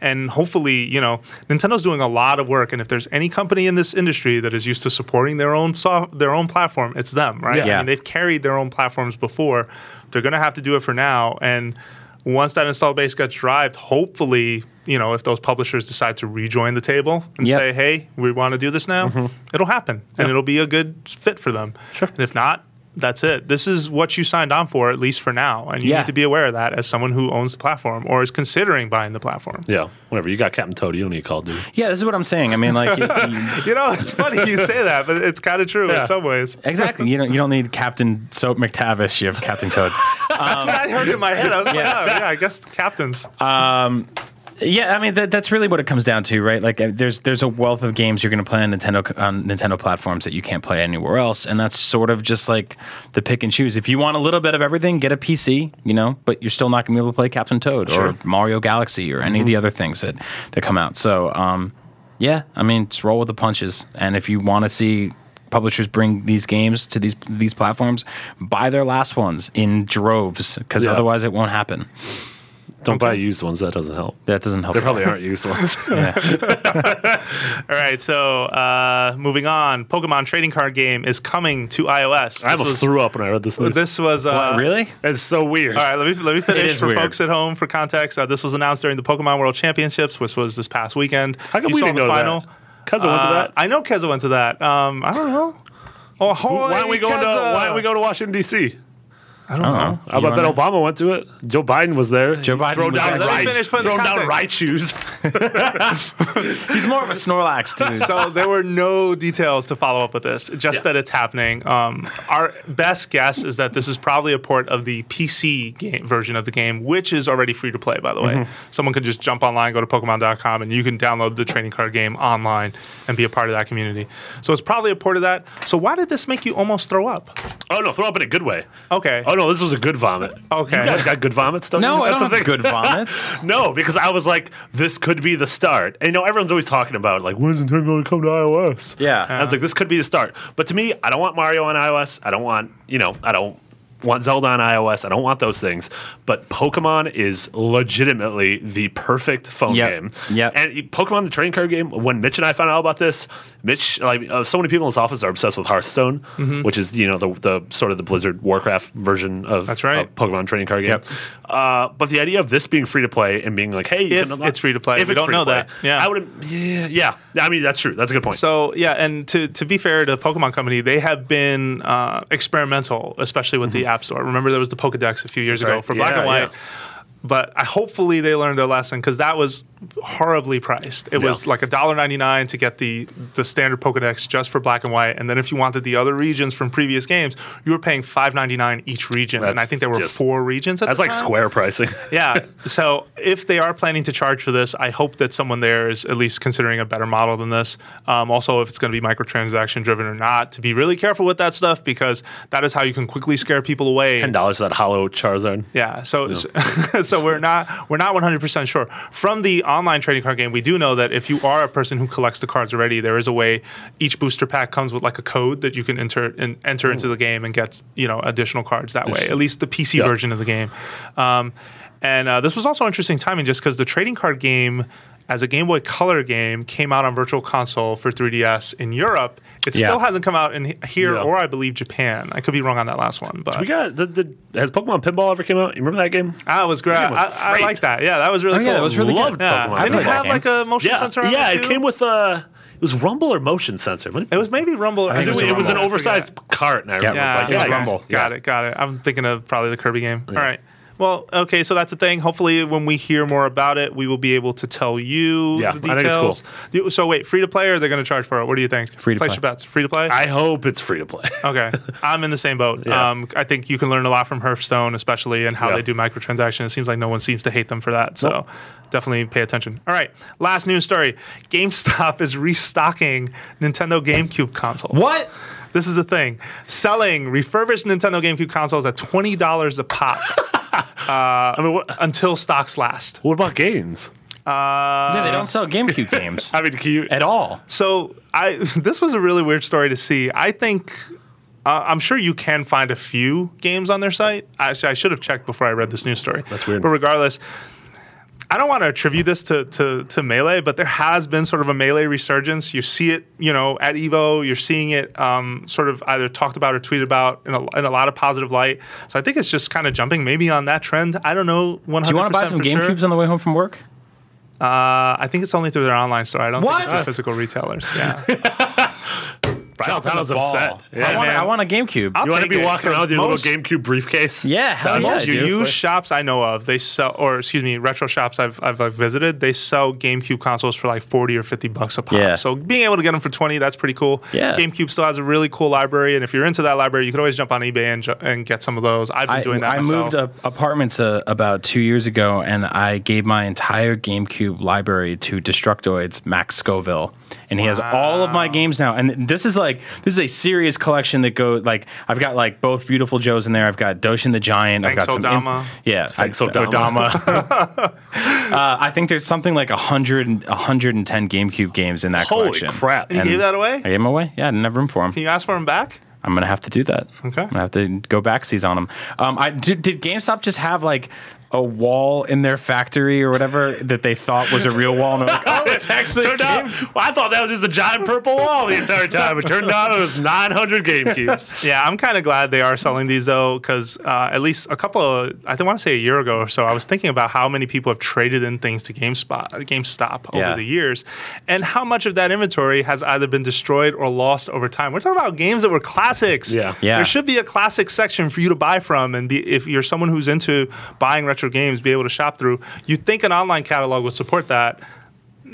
[SPEAKER 2] And hopefully, you know, Nintendo's doing a lot of work. And if there's any company in this industry that is used to supporting their own so- their own platform, it's them, right?
[SPEAKER 4] Yeah.
[SPEAKER 2] I mean, they've carried their own platforms before. They're going to have to do it for now. And once that install base gets drived, hopefully, you know, if those publishers decide to rejoin the table and
[SPEAKER 4] Yep.
[SPEAKER 2] say, hey, we want to do this now, it'll happen and it'll be a good fit for them. Sure. And if not, that's it. This is what you signed on for, at least for now. And you
[SPEAKER 4] Yeah.
[SPEAKER 2] need to be aware of that as someone who owns the platform or is considering buying the platform.
[SPEAKER 3] Yeah, whatever. You got Captain Toad. You don't need Call of Duty.
[SPEAKER 4] yeah, this is what I'm saying. I mean, like. you-
[SPEAKER 2] You know, it's funny you say that, but it's kind of true in some ways.
[SPEAKER 4] Exactly. You don't. You don't need Captain Soap McTavish. You have Captain Toad.
[SPEAKER 2] That's what I heard in my head. I was like, oh, yeah, I guess captains.
[SPEAKER 4] Yeah, I mean that, that's really what it comes down to, right? Like, uh, there's there's a wealth of games you're going to play on Nintendo on Nintendo platforms that you can't play anywhere else, and that's sort of just like the pick and choose. If you want a little bit of everything, get a PC, you know, but you're still not going to be able to play Captain Toad or Mario Galaxy or any of
[SPEAKER 3] Mm-hmm.
[SPEAKER 4] the other things that that come out. So, um, yeah, I mean, just roll with the punches, and if you want to see publishers bring these games to these these platforms, buy their last ones in droves, because
[SPEAKER 3] Yeah.
[SPEAKER 4] otherwise it won't happen.
[SPEAKER 3] Don't buy used ones. That doesn't help.
[SPEAKER 4] That doesn't help.
[SPEAKER 3] There probably aren't used ones.
[SPEAKER 2] All right, so uh, moving on. Pokemon trading card game is coming to iOS. This
[SPEAKER 3] I almost
[SPEAKER 2] was,
[SPEAKER 3] threw up when I read this news.
[SPEAKER 2] This was uh,
[SPEAKER 4] really?
[SPEAKER 3] It's so weird.
[SPEAKER 2] All right, let me let me finish
[SPEAKER 4] is
[SPEAKER 2] for
[SPEAKER 4] weird.
[SPEAKER 2] folks at home for context. Uh, this was announced during the Pokemon World Championships, which was this past weekend.
[SPEAKER 3] How come
[SPEAKER 2] You
[SPEAKER 3] we
[SPEAKER 2] saw
[SPEAKER 3] didn't
[SPEAKER 2] the
[SPEAKER 3] know
[SPEAKER 2] final?
[SPEAKER 3] that? Cousin went to
[SPEAKER 2] Uh,
[SPEAKER 3] that.
[SPEAKER 2] I know Keza went to that. Um, I don't know. Oh,
[SPEAKER 3] why don't we go to Why don't we go to Washington D.C.?
[SPEAKER 2] I don't know.
[SPEAKER 3] I bet Obama went to it. Joe Biden was there. Joe
[SPEAKER 4] Biden
[SPEAKER 3] throw
[SPEAKER 4] was
[SPEAKER 3] down
[SPEAKER 4] there. Let me
[SPEAKER 3] right,
[SPEAKER 2] finish putting the
[SPEAKER 3] throw down
[SPEAKER 2] context.
[SPEAKER 3] right shoes.
[SPEAKER 4] He's more of a Snorlax dude.
[SPEAKER 2] so there were no details to follow up with this, just that it's happening. Um, our best guess is that this is probably a port of the PC game version of the game, which is already free to play, by the way. Someone can just jump online, go to Pokemon.com, and you can download the trading card game online and be a part of that community. So it's probably a port of that. So why did this make you almost throw up?
[SPEAKER 3] Oh no, throw up in a good way.
[SPEAKER 2] Okay.
[SPEAKER 3] Oh no, this was a good vomit.
[SPEAKER 2] Okay.
[SPEAKER 3] you guys got good vomits. Don't
[SPEAKER 4] No,
[SPEAKER 3] you?
[SPEAKER 4] I don't
[SPEAKER 3] the
[SPEAKER 4] have
[SPEAKER 3] thing.
[SPEAKER 4] good vomits.
[SPEAKER 3] No, because I was like, this could be the start. And you know, everyone's always talking about like, when is Nintendo going to come to iOS?
[SPEAKER 4] Yeah.
[SPEAKER 3] And I was like, this could be the start. But to me, I don't want Mario on iOS. I don't want you know, I don't want Zelda on iOS. I don't want those things. But Pokemon is legitimately the perfect phone
[SPEAKER 4] Yep.
[SPEAKER 3] game.
[SPEAKER 4] Yep.
[SPEAKER 3] And Pokemon the trading card game. When Mitch and I found out about this, Mitch, like uh, so many people in his office are obsessed with Hearthstone,
[SPEAKER 2] Mm-hmm.
[SPEAKER 3] which is you know the, the sort of the Blizzard Warcraft version of
[SPEAKER 2] That's right.
[SPEAKER 3] uh, Pokemon trading card game. Uh, but the idea of this being free to play and being like, hey, you
[SPEAKER 2] If
[SPEAKER 3] can unlock-
[SPEAKER 2] it's free to play. We don't know that. Yeah.
[SPEAKER 3] I would. Yeah, yeah. I mean, that's true. That's a good point.
[SPEAKER 2] So yeah, and to, to be fair to Pokemon Company, they have been uh, experimental, especially with the App Store. Remember there was the Pokedex a few years ago
[SPEAKER 3] Mm-hmm. right.
[SPEAKER 2] for Black
[SPEAKER 3] Yeah,
[SPEAKER 2] and White.
[SPEAKER 3] yeah.
[SPEAKER 2] But I, hopefully they learned their lesson because that was horribly priced. It was like $1.99 to get the the standard Pokedex just for black and white, and then if you wanted the other regions from previous games, you were paying $5.99 each region, and I
[SPEAKER 3] That's
[SPEAKER 2] think there were
[SPEAKER 3] just-
[SPEAKER 2] four regions. At
[SPEAKER 3] That's
[SPEAKER 2] the
[SPEAKER 3] like
[SPEAKER 2] time.
[SPEAKER 3] square pricing.
[SPEAKER 2] yeah. So if they are planning to charge for this, I hope that someone there is at least considering a better model than this. Um, also, if it's going to be microtransaction driven or not, to be really careful with that stuff because that is how you can quickly scare people away.
[SPEAKER 3] Ten dollars for that hollow Charizard.
[SPEAKER 2] Yeah. So so, we're not we're not 100% sure. From the online trading card game, we do know that if you are a person who collects the cards already, there is a way each booster pack comes with like a code that you can enter and enter into the game and get, you know, additional cards that way. At least the PC
[SPEAKER 3] Yeah.
[SPEAKER 2] version of the game. Um, and uh, this was also interesting timing just because the trading card game as a Game Boy Color game came out on Virtual Console for 3DS in Europe. It
[SPEAKER 4] Yeah.
[SPEAKER 2] still hasn't come out in he- here
[SPEAKER 3] Yeah.
[SPEAKER 2] or I believe Japan. I could be wrong on that last one, but
[SPEAKER 3] We got the, the has Pokemon Pinball ever came out? You remember that game?
[SPEAKER 2] I was great.
[SPEAKER 3] That game was
[SPEAKER 2] I, I
[SPEAKER 3] great.
[SPEAKER 2] like that. Yeah, that was really
[SPEAKER 4] Oh,
[SPEAKER 2] cool.
[SPEAKER 4] yeah, that was really
[SPEAKER 3] Loved
[SPEAKER 4] good.
[SPEAKER 2] Yeah.
[SPEAKER 3] Pokemon.
[SPEAKER 2] I didn't
[SPEAKER 4] Pinball
[SPEAKER 2] have
[SPEAKER 4] game.
[SPEAKER 2] like a motion
[SPEAKER 3] Yeah,
[SPEAKER 2] sensor. on
[SPEAKER 3] yeah.
[SPEAKER 2] it,
[SPEAKER 3] It
[SPEAKER 2] too?
[SPEAKER 3] came with uh, it was Rumble or Motion Sensor. What-
[SPEAKER 2] It was maybe Rumble.
[SPEAKER 4] think
[SPEAKER 3] It,
[SPEAKER 4] it
[SPEAKER 3] was,
[SPEAKER 4] was
[SPEAKER 3] it was an
[SPEAKER 4] Rumble.
[SPEAKER 3] oversized cart, and I remember.
[SPEAKER 2] Yeah,
[SPEAKER 3] like, yeah,
[SPEAKER 2] okay.
[SPEAKER 3] yeah.
[SPEAKER 4] Rumble.
[SPEAKER 2] Got it. Got it. I'm thinking of probably the Kirby game. All right. Well, okay, so that's the thing. Hopefully, when we hear more about it, we will be able to tell you
[SPEAKER 3] Yeah,
[SPEAKER 2] the
[SPEAKER 3] I
[SPEAKER 2] details.
[SPEAKER 3] think it's cool.
[SPEAKER 2] You- so, wait, free to play or they're going to charge for it? What do you think?
[SPEAKER 4] Free to
[SPEAKER 2] place
[SPEAKER 4] play.
[SPEAKER 2] your bets. Free to play.
[SPEAKER 3] I hope it's free to play.
[SPEAKER 2] okay, I'm in the same boat.
[SPEAKER 3] Yeah.
[SPEAKER 2] Um, I think you can learn a lot from Hearthstone, especially and how
[SPEAKER 3] Yeah.
[SPEAKER 2] they do microtransactions. It seems like no one seems to hate them for that. So definitely pay attention. All right, last news story: GameStop is restocking Nintendo GameCube console.
[SPEAKER 4] What?
[SPEAKER 2] This is the thing: selling refurbished Nintendo GameCube consoles at twenty dollars a pop uh,
[SPEAKER 3] I mean, what,
[SPEAKER 2] until stocks last.
[SPEAKER 3] what about games?
[SPEAKER 4] no, they don't sell GameCube games
[SPEAKER 3] Uh, I mean, can you?
[SPEAKER 4] at all.
[SPEAKER 2] So I this was a really weird story to see. I think uh, I'm sure you can find a few games on their site. Actually, I should have checked before I read this news story.
[SPEAKER 3] That's weird.
[SPEAKER 2] But regardless, I don't want to attribute this to, to to melee, but there has been sort of a melee resurgence. You see it, you know, at Evo. You're seeing it um, sort of either talked about or tweeted about in a, in a lot of positive light. So I think it's just kind of jumping maybe on that trend. I don't know. 100
[SPEAKER 4] Do you want to buy some GameCubes on the way home from work?
[SPEAKER 2] Uh, I think it's only through their online store. I don't
[SPEAKER 4] What?
[SPEAKER 2] think it's physical retailers. Yeah.
[SPEAKER 3] Brian O'Connell's
[SPEAKER 4] Ball.
[SPEAKER 3] upset. Yeah,
[SPEAKER 4] I, want,
[SPEAKER 2] man.
[SPEAKER 4] I want a GameCube.
[SPEAKER 2] I'll
[SPEAKER 3] you want to
[SPEAKER 2] take
[SPEAKER 3] be
[SPEAKER 2] it,
[SPEAKER 3] walking around with your
[SPEAKER 2] 'cause
[SPEAKER 3] little
[SPEAKER 2] most-
[SPEAKER 3] GameCube briefcase?
[SPEAKER 4] Yeah, hell
[SPEAKER 3] Done.
[SPEAKER 4] yeah,
[SPEAKER 2] Most
[SPEAKER 4] dude.
[SPEAKER 2] used
[SPEAKER 4] Seriously.
[SPEAKER 2] shops I know of, they sell, or excuse me, retro shops I've, I've like visited, they sell GameCube consoles for like 40 or 50 bucks a pop.
[SPEAKER 4] Yeah.
[SPEAKER 2] So being able to get them for 20, that's pretty cool.
[SPEAKER 4] Yeah.
[SPEAKER 2] GameCube still has a really cool library. And if you're into that library, you can always jump on eBay and, ju- and get some of those. I've been
[SPEAKER 4] I,
[SPEAKER 2] doing that
[SPEAKER 4] I
[SPEAKER 2] myself.
[SPEAKER 4] moved up apartments uh, about two years ago, and I gave my entire GameCube library to Destructoid's Max Scoville, and he has all of my games now. And this is like this is a serious collection that goes like I've got like both Beautiful Joes in there. I've got Doshin the Giant. I've
[SPEAKER 2] Thanks,
[SPEAKER 4] got some imp-
[SPEAKER 2] Odama.
[SPEAKER 4] yeah,
[SPEAKER 3] Thanks,
[SPEAKER 4] I,
[SPEAKER 3] Odama.
[SPEAKER 4] uh, I think there's something like 100, and- 110 GameCube games in that
[SPEAKER 3] Holy
[SPEAKER 4] collection.
[SPEAKER 3] crap.
[SPEAKER 2] you
[SPEAKER 4] And
[SPEAKER 2] gave that away?
[SPEAKER 4] I gave them away. Yeah, I didn't have room for them.
[SPEAKER 2] Can you ask for them back?
[SPEAKER 4] I'm gonna have to do that.
[SPEAKER 2] Okay.
[SPEAKER 4] I'm gonna have to go backseas on them. Um, I did, did GameStop just have like a wall in their factory or whatever that they thought was a real wall? And they're like, oh, it's actually
[SPEAKER 3] Turned out, well, I thought that was just a giant purple wall the entire time. It turned out it was 900 GameCubes.
[SPEAKER 2] Yeah, I'm kind of glad they are selling these though, because uh, at least a couple of, I think I want to say a year ago or so, I was thinking about how many people have traded in things to GameSpot, GameStop over
[SPEAKER 4] Yeah.
[SPEAKER 2] the years, and how much of that inventory has either been destroyed or lost over time. We're talking about games that were classics.
[SPEAKER 3] Yeah.
[SPEAKER 4] Yeah.
[SPEAKER 2] There should be a classic section for you to buy from, and be, if you're someone who's into buying retro games, be able to shop through. You'd think an online catalog would support that.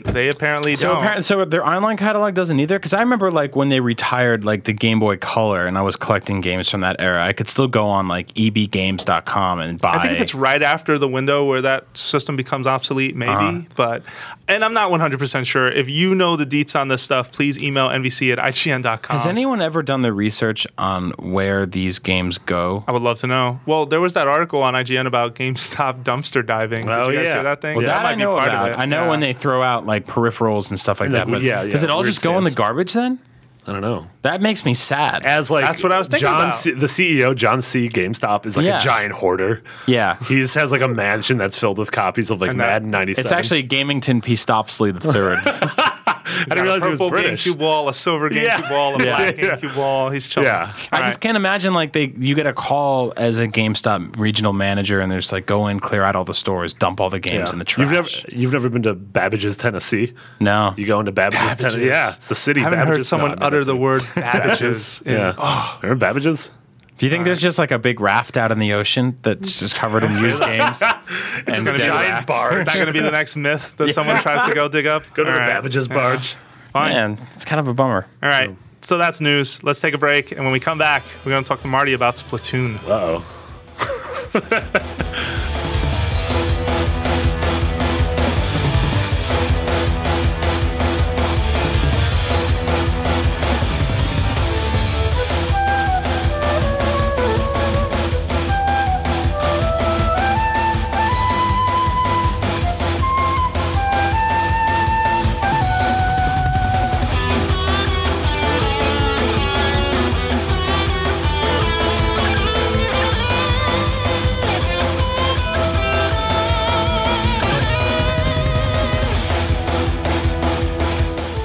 [SPEAKER 2] They apparently
[SPEAKER 4] So
[SPEAKER 2] don't.
[SPEAKER 4] apparently, so their online catalog doesn't either. Because I remember like when they retired like the Game Boy Color, and I was collecting games from that era. I could still go on like E ebgames.com and buy.
[SPEAKER 2] I think if it's right after the window where that system becomes obsolete, maybe.
[SPEAKER 3] Uh-huh.
[SPEAKER 2] But and I'm not 100 percent sure. If you know the deets on this stuff, please email nvc at ign.com.
[SPEAKER 4] Has anyone ever done the research on where these games go?
[SPEAKER 2] I would love to know. Well, there was that article on IGN about GameStop dumpster diving. Did
[SPEAKER 3] Oh,
[SPEAKER 2] you guys
[SPEAKER 3] yeah.
[SPEAKER 2] hear that thing?
[SPEAKER 3] Well,
[SPEAKER 4] that, I know about. I know
[SPEAKER 2] Yeah.
[SPEAKER 4] when they throw out like peripherals and stuff like
[SPEAKER 3] Like,
[SPEAKER 4] that. But
[SPEAKER 3] yeah, yeah,
[SPEAKER 4] does it all
[SPEAKER 3] weird
[SPEAKER 4] just go in the
[SPEAKER 3] stands.
[SPEAKER 4] garbage then?
[SPEAKER 3] I don't know.
[SPEAKER 4] That makes me sad.
[SPEAKER 3] As like
[SPEAKER 2] That's what I was thinking
[SPEAKER 3] John
[SPEAKER 2] about.
[SPEAKER 3] C, the CEO John C GameStop is like
[SPEAKER 4] Yeah.
[SPEAKER 3] a giant hoarder.
[SPEAKER 4] Yeah.
[SPEAKER 3] He's has like a mansion that's filled with copies of like
[SPEAKER 2] that-
[SPEAKER 3] Madden 97.
[SPEAKER 4] it's actually Gamington P. Stopsley the third.
[SPEAKER 3] I didn't
[SPEAKER 2] Got a
[SPEAKER 3] realize he was
[SPEAKER 2] purple
[SPEAKER 3] British.
[SPEAKER 2] GameCube wall, a silver GameCube
[SPEAKER 3] Yeah.
[SPEAKER 2] wall, a black
[SPEAKER 3] Yeah.
[SPEAKER 2] GameCube wall. He's chilling.
[SPEAKER 3] Yeah.
[SPEAKER 4] I
[SPEAKER 2] All right.
[SPEAKER 4] just can't imagine like they you get a call as a GameStop regional manager and they're just like go in, clear out all the stores, dump all the games in the trash.
[SPEAKER 3] You've never you've never been to Babbage's, Tennessee.
[SPEAKER 4] no.
[SPEAKER 3] You go into Babbage's, Tennessee. Yeah, it's the city.
[SPEAKER 2] I haven't
[SPEAKER 3] Babbage's.
[SPEAKER 2] heard someone
[SPEAKER 3] No, I mean,
[SPEAKER 2] utter
[SPEAKER 3] that's
[SPEAKER 2] the
[SPEAKER 3] a- Oh.
[SPEAKER 2] word Babbage's. in-
[SPEAKER 3] Yeah. Remember Babbage's?
[SPEAKER 4] Do you think there's just like a big raft out in the ocean that's just covered in used
[SPEAKER 2] it's
[SPEAKER 4] games?
[SPEAKER 2] just gonna be
[SPEAKER 4] dead
[SPEAKER 2] giant
[SPEAKER 4] rats?
[SPEAKER 2] barge. That gonna be the next myth that someone tries to go dig up.
[SPEAKER 3] Go to
[SPEAKER 2] All
[SPEAKER 3] the
[SPEAKER 2] right.
[SPEAKER 3] Babbage's barge.
[SPEAKER 2] Fine.
[SPEAKER 4] Man, it's kind of a bummer.
[SPEAKER 2] All right. So that's news. Let's take a break, and when we come back, we're gonna talk to Marty about Splatoon.
[SPEAKER 3] Uh oh.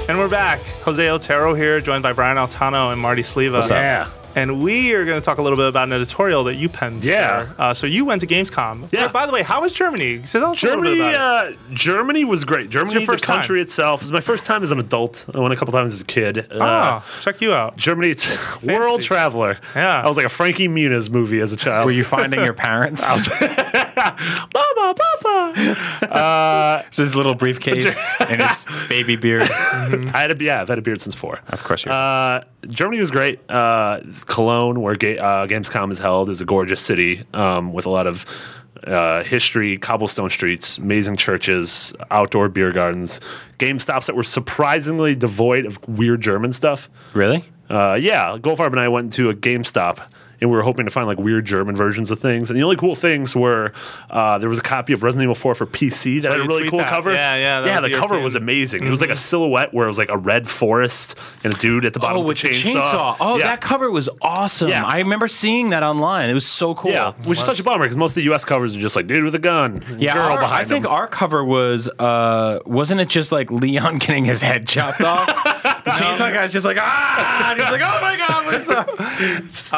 [SPEAKER 2] And we're back. Jose Otero here, joined by Brian Altano and Marty Sleva.
[SPEAKER 3] Yeah.
[SPEAKER 2] And we are going to talk a little bit about an editorial that you penned.
[SPEAKER 3] Yeah.
[SPEAKER 2] sir. Uh, so you went to Gamescom.
[SPEAKER 3] Yeah.
[SPEAKER 2] By the way, how was Germany? Tell us a
[SPEAKER 3] Germany,
[SPEAKER 2] little bit about
[SPEAKER 3] uh, Germany was great. Germany,
[SPEAKER 2] first
[SPEAKER 3] the country
[SPEAKER 2] time?
[SPEAKER 3] itself, it was my first time as an adult. I went a couple times as a kid.
[SPEAKER 2] it.
[SPEAKER 3] Uh,
[SPEAKER 2] oh, check you out.
[SPEAKER 3] Germany, it's world traveler.
[SPEAKER 2] Yeah.
[SPEAKER 3] I was like a Frankie Muniz movie as a child.
[SPEAKER 4] Were you finding your parents?
[SPEAKER 3] Mama, Papa.
[SPEAKER 4] It's his little briefcase and his baby beard.
[SPEAKER 3] I had a yeah, I've had a beard since four.
[SPEAKER 4] Of course, you
[SPEAKER 3] Uh, Germany was great. Uh, Cologne, where ga- uh, Gamescom is held, is a gorgeous city um, with a lot of uh, history, cobblestone streets, amazing churches, outdoor beer gardens, game stops that were surprisingly devoid of weird German stuff.
[SPEAKER 4] really.
[SPEAKER 3] Uh, yeah, Goldfarb and I went to a GameStop and we were hoping to find like weird German versions of things. And the only cool things were uh, there was a copy of Resident Evil 4 for PC that had a
[SPEAKER 2] you
[SPEAKER 3] really
[SPEAKER 2] tweet
[SPEAKER 3] cool
[SPEAKER 2] that.
[SPEAKER 3] cover.
[SPEAKER 2] Yeah, yeah, that
[SPEAKER 3] yeah.
[SPEAKER 2] was
[SPEAKER 3] The
[SPEAKER 2] your
[SPEAKER 3] cover
[SPEAKER 2] thing.
[SPEAKER 3] was amazing. It was
[SPEAKER 4] Mm-hmm.
[SPEAKER 3] like a silhouette where it was like a red forest and a dude at the bottom
[SPEAKER 4] Oh,
[SPEAKER 3] of the
[SPEAKER 4] with the
[SPEAKER 3] chainsaw.
[SPEAKER 4] chainsaw. Oh,
[SPEAKER 3] yeah.
[SPEAKER 4] that cover was awesome.
[SPEAKER 3] Yeah.
[SPEAKER 4] I remember seeing that online. It was so cool.
[SPEAKER 3] Yeah, which is such a bummer because most of the U.S. covers are just like dude with a gun, and
[SPEAKER 4] Yeah,
[SPEAKER 3] girl
[SPEAKER 4] our-
[SPEAKER 3] behind
[SPEAKER 4] I think
[SPEAKER 3] him.
[SPEAKER 4] our cover was uh wasn't it just like Leon getting his head chopped off? The chainsaw guy's just like ah, and he's like oh my god, what is up?
[SPEAKER 2] Uh,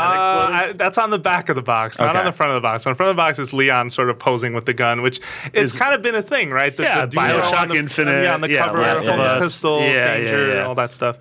[SPEAKER 2] I- that's on the back of the box, not
[SPEAKER 4] Okay.
[SPEAKER 2] on the front of the box. On the front of the box is Leon sort of posing with the gun, which it's kind of been a thing, right? The,
[SPEAKER 3] Yeah,
[SPEAKER 2] the duo on
[SPEAKER 3] Bioshock
[SPEAKER 2] the-
[SPEAKER 3] Infinite,
[SPEAKER 2] Yeah, on the
[SPEAKER 3] yeah,
[SPEAKER 2] cover,
[SPEAKER 3] Last
[SPEAKER 4] of
[SPEAKER 2] holding a
[SPEAKER 3] Us.
[SPEAKER 2] pistol,
[SPEAKER 3] Yeah, yeah,
[SPEAKER 2] danger,
[SPEAKER 3] yeah.
[SPEAKER 2] all that stuff.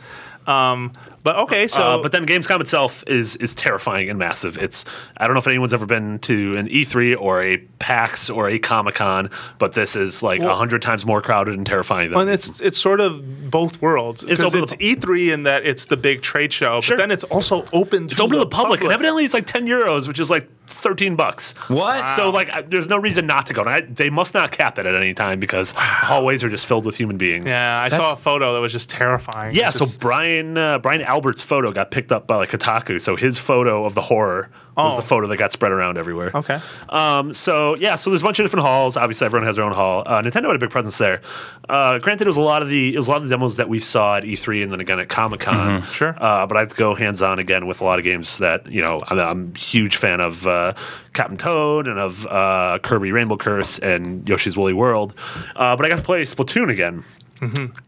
[SPEAKER 2] Um, but okay, so
[SPEAKER 3] Uh, but then Gamescom itself is is terrifying and massive. It's I don't know if anyone's ever been to an E3 or a PAX or a Comic Con, but this is like a hundred times more crowded and terrifying than
[SPEAKER 2] Well, and it's it's sort of both worlds.
[SPEAKER 3] It's
[SPEAKER 2] It's
[SPEAKER 3] open to
[SPEAKER 2] it's
[SPEAKER 3] the-
[SPEAKER 2] E3 in that it's the big trade show,
[SPEAKER 3] Sure.
[SPEAKER 2] but then it's also open to
[SPEAKER 3] it's open to the public, and
[SPEAKER 2] public.
[SPEAKER 3] evidently it's like ten euros, which is like thirteen bucks.
[SPEAKER 4] What?
[SPEAKER 3] So like, I, there's no reason not to go. And I, they must not cap it at any time because hallways are just filled with human beings.
[SPEAKER 2] Yeah, I saw a photo that was just terrifying.
[SPEAKER 3] Yeah,
[SPEAKER 2] It's
[SPEAKER 3] so
[SPEAKER 2] just-
[SPEAKER 3] Brian uh, Brian Albert's photo got picked up by like Kotaku, so his photo of the horror was
[SPEAKER 2] Oh.
[SPEAKER 3] the photo that got spread around everywhere.
[SPEAKER 2] Okay.
[SPEAKER 3] Um, so yeah, so there's a bunch of different halls. Obviously, everyone has their own hall. Uh, Nintendo had a big presence there. Uh, granted, it was a lot of the it was a lot of the demos that we saw at E3 and then again at Comic Con.
[SPEAKER 2] Mm-hmm. Sure.
[SPEAKER 3] Uh, but I have to go hands on again with a lot of games that you know I'm, I'm a huge fan of uh, Captain Toad and of uh, Kirby Rainbow Curse and Yoshi's Woolly World. Uh, but I got to play Splatoon again.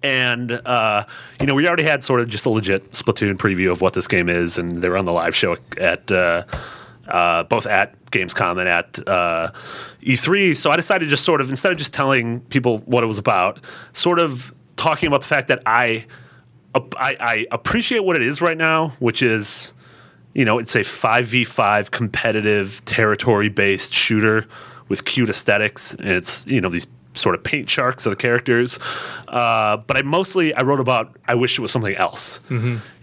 [SPEAKER 3] And uh, you know, we already had sort of just a legit Splatoon preview of what this game is, and they were on the live show at uh, uh, both at Gamescom and at uh, E3. So I decided to just sort of instead of just telling people what it was about, sort of talking about the fact that I ap- I, I appreciate what it is right now, which is you know, it's a 5v5 competitive territory based shooter with cute aesthetics. And it's, you know, these sort of paint sharks of the characters. Uh, but I mostly, I wrote about, I wish it was something else.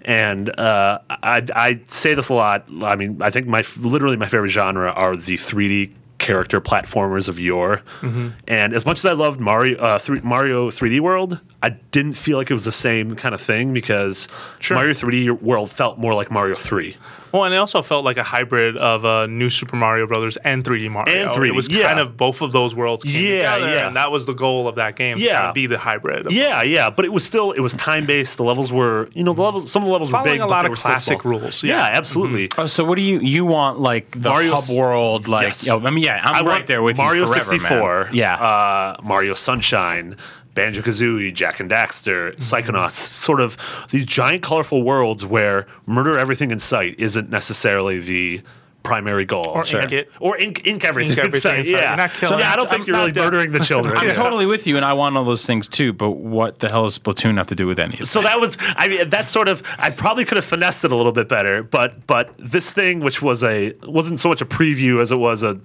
[SPEAKER 3] And uh, I, I say this a lot. I mean, I think my literally my favorite genre are the 3D character platformers of yore. And as much as I loved Mario, uh, three, Mario 3D World, I didn't feel like it was the same kind of thing because Mario 3D World felt more like Mario 3.
[SPEAKER 2] well, and it also felt like a hybrid of uh, New Super Mario Brothers and 3D Mario.
[SPEAKER 3] And 3D,
[SPEAKER 2] it was
[SPEAKER 3] yeah.
[SPEAKER 2] kind of both of those worlds came
[SPEAKER 3] Yeah,
[SPEAKER 2] together,
[SPEAKER 3] yeah.
[SPEAKER 2] and that was the goal of that game. to
[SPEAKER 3] Yeah.
[SPEAKER 2] kind of be the hybrid. of
[SPEAKER 3] Yeah, yeah, but it was still it was time based. The levels were you know the levels some of the levels were
[SPEAKER 2] Following
[SPEAKER 3] big,
[SPEAKER 2] a
[SPEAKER 3] but
[SPEAKER 2] lot
[SPEAKER 3] they
[SPEAKER 2] of
[SPEAKER 3] were still
[SPEAKER 2] classic
[SPEAKER 3] small.
[SPEAKER 2] rules,
[SPEAKER 3] Yeah,
[SPEAKER 2] yeah. Mm-hmm.
[SPEAKER 3] absolutely.
[SPEAKER 4] Oh, so what do you you want like the
[SPEAKER 3] Mario
[SPEAKER 4] hub
[SPEAKER 3] s-
[SPEAKER 4] world? Like,
[SPEAKER 3] Yes.
[SPEAKER 4] yo, I mean, yeah, I'm
[SPEAKER 3] I
[SPEAKER 4] right
[SPEAKER 3] want
[SPEAKER 4] there with
[SPEAKER 3] Mario
[SPEAKER 4] you forever,
[SPEAKER 3] sixty four.
[SPEAKER 4] Man. Yeah,
[SPEAKER 3] uh, Mario Sunshine, Banjo Kazooie, Jack and Daxter,
[SPEAKER 2] Mm-hmm.
[SPEAKER 3] Psychonauts. Sort of these giant colorful worlds where murder everything in sight isn't necessarily the primary goal.
[SPEAKER 2] Or ink it.
[SPEAKER 3] Or ink, ink everything.
[SPEAKER 2] Ink everything,
[SPEAKER 3] Sorry,
[SPEAKER 2] sorry.
[SPEAKER 3] yeah.
[SPEAKER 2] You're not killing
[SPEAKER 3] yeah, I don't
[SPEAKER 4] it.
[SPEAKER 3] think
[SPEAKER 4] I'm
[SPEAKER 3] you're really
[SPEAKER 4] not-
[SPEAKER 3] murdering the children.
[SPEAKER 4] I'm
[SPEAKER 3] Yeah.
[SPEAKER 4] totally with you, and I want all those things too. But what the hell does Splatoon have to do with any of this?
[SPEAKER 3] So that was, I mean, that's sort of. I probably could have finessed it a little bit better, but but this thing, which was a wasn't so much a preview as it was a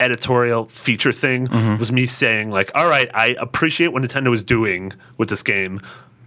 [SPEAKER 3] editorial feature thing,
[SPEAKER 4] Mm-hmm.
[SPEAKER 3] was me saying like, all right, I appreciate what Nintendo is doing with this game.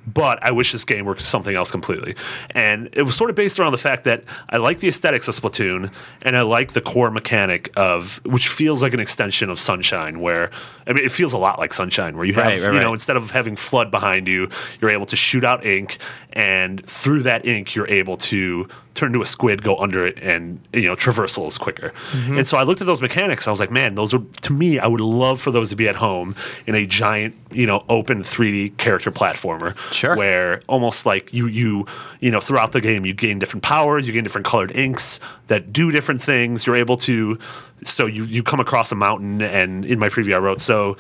[SPEAKER 3] But I wish this game were something else completely. And it was sort of based around the fact that I like the aesthetics of Splatoon and I like the core mechanic of, which feels like an extension of Sunshine, where, I mean, it feels a lot like Sunshine, where you have,
[SPEAKER 4] Right, right,
[SPEAKER 3] you know,
[SPEAKER 4] right.
[SPEAKER 3] instead of having flood behind you, you're able to shoot out ink, and through that ink, you're able to turn into a squid, go under it, and you know traversal is quicker.
[SPEAKER 4] Mm-hmm.
[SPEAKER 3] And so I looked at those mechanics. I was like, man, those are to me. I would love for those to be at home in a giant, you know, open 3D character platformer,
[SPEAKER 4] Sure.
[SPEAKER 3] where almost like you you you know throughout the game you gain different powers, you gain different colored inks that do different things. You're able to. So you, you come across a mountain, and in my preview I wrote so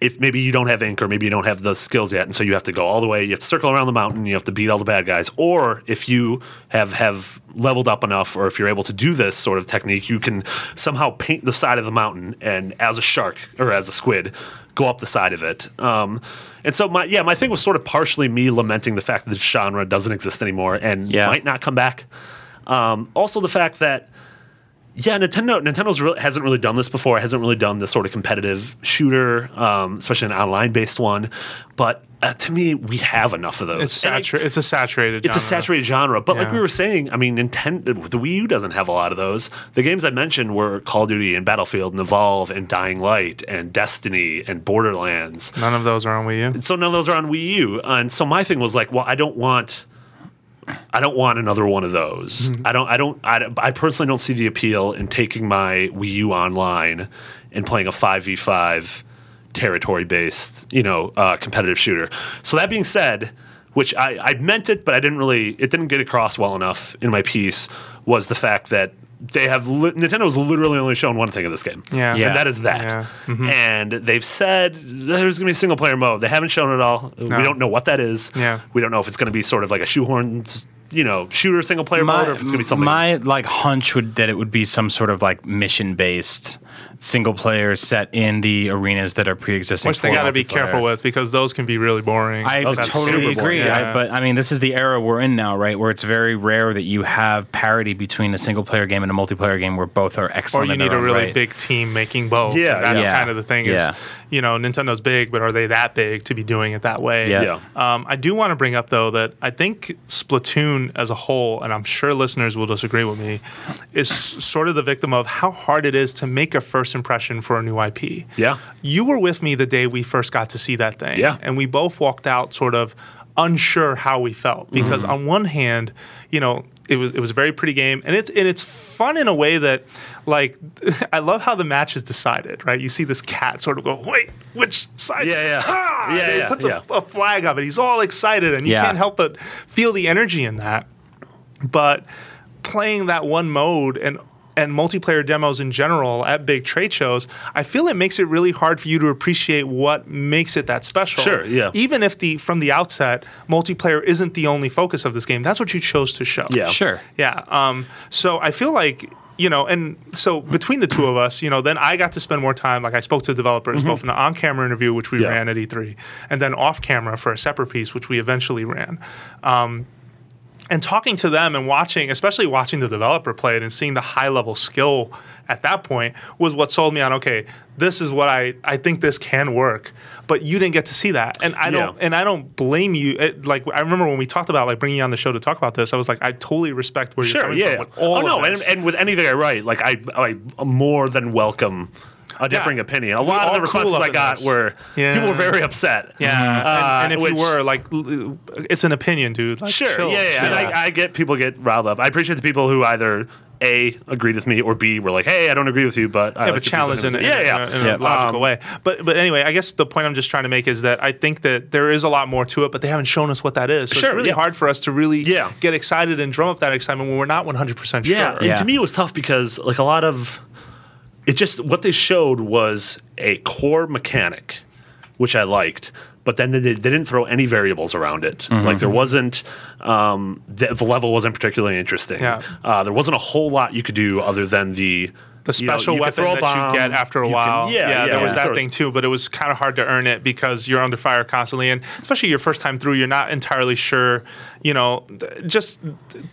[SPEAKER 3] if maybe you don't have ink or maybe you don't have the skills yet, and so you have to go all the way, you have to circle around the mountain, you have to beat all the bad guys. Or if you have have leveled up enough, or if you're able to do this sort of technique, you can somehow paint the side of the mountain and as a shark or as a squid, go up the side of it. Um, and so my yeah, my thing was sort of partially me lamenting the fact that the genre doesn't exist anymore and
[SPEAKER 4] Yeah.
[SPEAKER 3] might not come back. Um, also the fact that yeah, Nintendo Nintendo's really, hasn't really done this before. Hasn't really done this sort of competitive shooter, um, especially an online based one. But uh, to me, we have enough of those.
[SPEAKER 2] It's
[SPEAKER 3] And I-
[SPEAKER 2] satur- It's a saturated.
[SPEAKER 3] it's a
[SPEAKER 2] genre.
[SPEAKER 3] saturated genre, but like
[SPEAKER 2] Yeah.
[SPEAKER 3] we were saying, I mean, Nintendo, the Wii U doesn't have a lot of those. The games I mentioned were Call of Duty and Battlefield and Evolve and Dying Light and Destiny and Borderlands
[SPEAKER 2] None of those are on Wii U.
[SPEAKER 3] so none of those are on Wii U. uh, And so my thing was like, well, I don't want, I don't want another one of those.
[SPEAKER 2] Mm-hmm.
[SPEAKER 3] I don't, I don't, I, I personally don't see the appeal in taking my Wii U online and playing a five v five territory based, you know, uh, competitive shooter. So that being said, which I, I meant it, but I didn't really, it didn't get across well enough in my piece, was the fact that they have li- Nintendo's literally only shown one thing of this game.
[SPEAKER 2] Yeah.
[SPEAKER 4] Yeah.
[SPEAKER 3] And that is that.
[SPEAKER 2] Yeah.
[SPEAKER 3] And they've said there's going to be a single player mode. They haven't shown it all. We don't know what that is.
[SPEAKER 2] Yeah.
[SPEAKER 3] We don't know if it's going to be sort of like a shoehorned, you know, shooter single player mode or if it's going to be something.
[SPEAKER 4] my like hunch would that it would be some sort of like mission based single player set in the arenas that are pre existing.
[SPEAKER 2] Which they got to be careful with because those can be really boring.
[SPEAKER 4] I
[SPEAKER 3] Those are
[SPEAKER 4] totally
[SPEAKER 3] super boring.
[SPEAKER 4] agree.
[SPEAKER 2] Yeah.
[SPEAKER 4] I, but I mean, this is the era we're in now, right? Where it's very rare that you have parity between a single player game and a multiplayer game where both are
[SPEAKER 2] or
[SPEAKER 4] excellent.
[SPEAKER 2] you
[SPEAKER 4] in their
[SPEAKER 2] need a
[SPEAKER 4] own
[SPEAKER 2] really
[SPEAKER 4] right.
[SPEAKER 2] big team making both.
[SPEAKER 3] Yeah,
[SPEAKER 2] that's
[SPEAKER 4] yeah.
[SPEAKER 2] kind of the thing. Is
[SPEAKER 4] Yeah.
[SPEAKER 2] you know Nintendo's big, but are they that big to be doing it that way?
[SPEAKER 4] Yeah.
[SPEAKER 3] Yeah.
[SPEAKER 2] Um, I do want to bring up though that I think Splatoon as a whole, and I'm sure listeners will disagree with me, is sort of the victim of how hard it is to make a first impression for a new IP.
[SPEAKER 3] Yeah.
[SPEAKER 2] You were with me the day we first got to see that thing.
[SPEAKER 3] Yeah.
[SPEAKER 2] And we both walked out sort of unsure how we felt because
[SPEAKER 3] Mm-hmm.
[SPEAKER 2] on one hand, you know, it was it was a very pretty game and it's and it's fun in a way that like I love how the match is decided, right? You see this cat sort of go, "Wait, which side?"
[SPEAKER 3] Yeah, yeah.
[SPEAKER 2] Ha! And
[SPEAKER 3] Yeah,
[SPEAKER 2] he
[SPEAKER 3] yeah,
[SPEAKER 2] puts
[SPEAKER 3] yeah.
[SPEAKER 2] A, a flag up and he's all excited and you
[SPEAKER 4] Yeah.
[SPEAKER 2] can't help but feel the energy in that but playing that one mode and and multiplayer demos in general at big trade shows, I feel it makes it really hard for you to appreciate what makes it that special.
[SPEAKER 3] Sure, yeah.
[SPEAKER 2] Even if the from the outset, multiplayer isn't the only focus of this game. That's what you chose to show.
[SPEAKER 3] Yeah.
[SPEAKER 4] Sure.
[SPEAKER 2] Yeah. Um, so I feel like you know, and so between the two of us, you know, then I got to spend more time. Like I spoke to developers both in an on-camera interview, which we
[SPEAKER 3] Mm-hmm. Yeah.
[SPEAKER 2] ran at E3, and then off-camera for a separate piece, which we eventually ran. Um, and talking to them and watching, especially watching the developer play it and seeing the high level skill at that point was what sold me on okay, this is what I, I think this can work. But you didn't get to see that, and I don't
[SPEAKER 3] Yeah.
[SPEAKER 2] and I don't blame you. It, like I remember when we talked about like bringing you on the show to talk about this, I was like, I totally respect where
[SPEAKER 3] Sure,
[SPEAKER 2] you're coming
[SPEAKER 3] yeah.
[SPEAKER 2] from. With all
[SPEAKER 3] oh,
[SPEAKER 2] of
[SPEAKER 3] no.
[SPEAKER 2] this.
[SPEAKER 3] And, and with anything I write, like, I, I more than welcome a differing opinion. A lot of
[SPEAKER 2] all
[SPEAKER 3] the
[SPEAKER 2] cool
[SPEAKER 3] responses
[SPEAKER 2] up
[SPEAKER 3] I
[SPEAKER 2] in
[SPEAKER 3] got
[SPEAKER 2] this.
[SPEAKER 3] were
[SPEAKER 2] Yeah.
[SPEAKER 3] people were very upset.
[SPEAKER 2] yeah,
[SPEAKER 3] Uh,
[SPEAKER 2] and, and if
[SPEAKER 3] which-
[SPEAKER 2] you were like, l- it's an opinion, dude. Like,
[SPEAKER 3] Sure.
[SPEAKER 2] chill,
[SPEAKER 3] yeah, yeah. And
[SPEAKER 2] chill.
[SPEAKER 3] I, I get people get riled up. I appreciate the people who either a agreed with me or b were like, hey, I don't agree with you, but I like
[SPEAKER 2] yeah, but
[SPEAKER 3] your piece
[SPEAKER 2] challenge
[SPEAKER 3] of
[SPEAKER 2] in, in,
[SPEAKER 3] it." Yeah, yeah, Um,
[SPEAKER 2] in, a, in a
[SPEAKER 4] Yeah.
[SPEAKER 2] logical way. But but anyway, I guess the point I'm just trying to make is that I think that there is a lot more to it, but they haven't shown us what that is. So
[SPEAKER 3] Sure,
[SPEAKER 2] it's really
[SPEAKER 3] yeah.
[SPEAKER 2] hard for us to really
[SPEAKER 3] Yeah.
[SPEAKER 2] get excited and drum up that excitement when we're not 100% sure.
[SPEAKER 3] Yeah, and
[SPEAKER 4] Yeah.
[SPEAKER 3] to me it was tough because like a lot of it just what they showed was a core mechanic, which I liked, but then they, they didn't throw any variables around it.
[SPEAKER 4] Mm-hmm.
[SPEAKER 3] Like there wasn't um, the, the level wasn't particularly interesting.
[SPEAKER 2] Yeah.
[SPEAKER 3] Uh, there wasn't a whole lot you could do other than the
[SPEAKER 2] the
[SPEAKER 3] you know,
[SPEAKER 2] special
[SPEAKER 3] you could
[SPEAKER 2] weapon
[SPEAKER 3] throw a
[SPEAKER 2] that
[SPEAKER 3] bomb,
[SPEAKER 2] you get after a
[SPEAKER 3] you can-
[SPEAKER 2] while.
[SPEAKER 3] yeah, yeah,
[SPEAKER 2] there was
[SPEAKER 3] yeah.
[SPEAKER 2] that
[SPEAKER 3] Sure.
[SPEAKER 2] thing too, but it was kind of hard to earn it because you're under fire constantly, and especially your first time through, you're not entirely sure. You know, th- just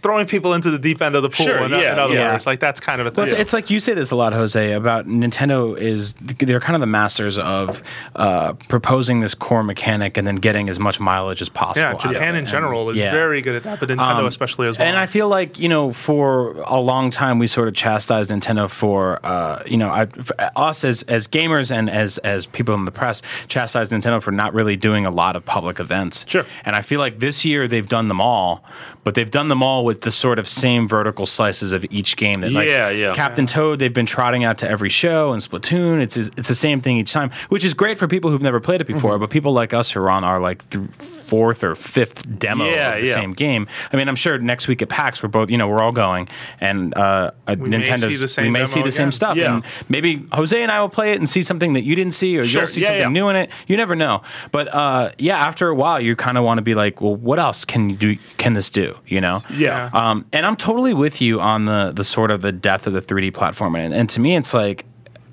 [SPEAKER 2] throwing people into the deep end of the pool.
[SPEAKER 3] Sure,
[SPEAKER 2] in, o-
[SPEAKER 3] yeah,
[SPEAKER 2] in other
[SPEAKER 3] yeah.
[SPEAKER 2] words, like that's kind of a
[SPEAKER 4] Well,
[SPEAKER 2] thing.
[SPEAKER 4] it's, it's like you say this a lot, Jose, about Nintendo is they're kind of the masters of uh, proposing this core mechanic and then getting as much mileage as possible.
[SPEAKER 2] yeah,
[SPEAKER 4] out of
[SPEAKER 2] Japan
[SPEAKER 4] it.
[SPEAKER 2] in
[SPEAKER 4] And-
[SPEAKER 2] general is
[SPEAKER 4] yeah.
[SPEAKER 2] very good at that, but Nintendo
[SPEAKER 4] Um,
[SPEAKER 2] especially as well.
[SPEAKER 4] And I feel like you know, for a long time, we sort of chastised Nintendo for uh, you know, I, f- us as as gamers and as as people in the press chastised Nintendo for not really doing a lot of public events.
[SPEAKER 3] Sure.
[SPEAKER 4] And I feel like this year they've done them all, but they've done them all with the sort of same vertical slices of each game. That like
[SPEAKER 3] Yeah, yeah.
[SPEAKER 4] Captain Toad, they've been trotting out to every show and Splatoon. It's it's the same thing each time, which is great for people who've never played it
[SPEAKER 3] Mm-hmm.
[SPEAKER 4] before. But people like us who are on our like th- fourth or fifth demo
[SPEAKER 3] Yeah,
[SPEAKER 4] of the
[SPEAKER 3] yeah.
[SPEAKER 4] same game. I mean, I'm sure next week at PAX, we're both, you know, we're all going, and uh, we
[SPEAKER 2] may
[SPEAKER 4] Nintendo's,
[SPEAKER 2] see the same
[SPEAKER 4] we may
[SPEAKER 2] demo
[SPEAKER 4] see the
[SPEAKER 2] again.
[SPEAKER 4] same stuff.
[SPEAKER 3] Yeah.
[SPEAKER 4] And maybe Jose and I will play it and see something that you didn't see, or
[SPEAKER 3] Sure,
[SPEAKER 4] you'll see
[SPEAKER 3] yeah,
[SPEAKER 4] something
[SPEAKER 3] yeah.
[SPEAKER 4] new in it. You never know. But uh, yeah, after a while, you kind of want to be like, well, what else can you do? Can this do? You know?
[SPEAKER 3] Yeah. Uh,
[SPEAKER 4] Um, and I'm totally with you on the the sort of the death of the 3D platform, and, and to me, it's like.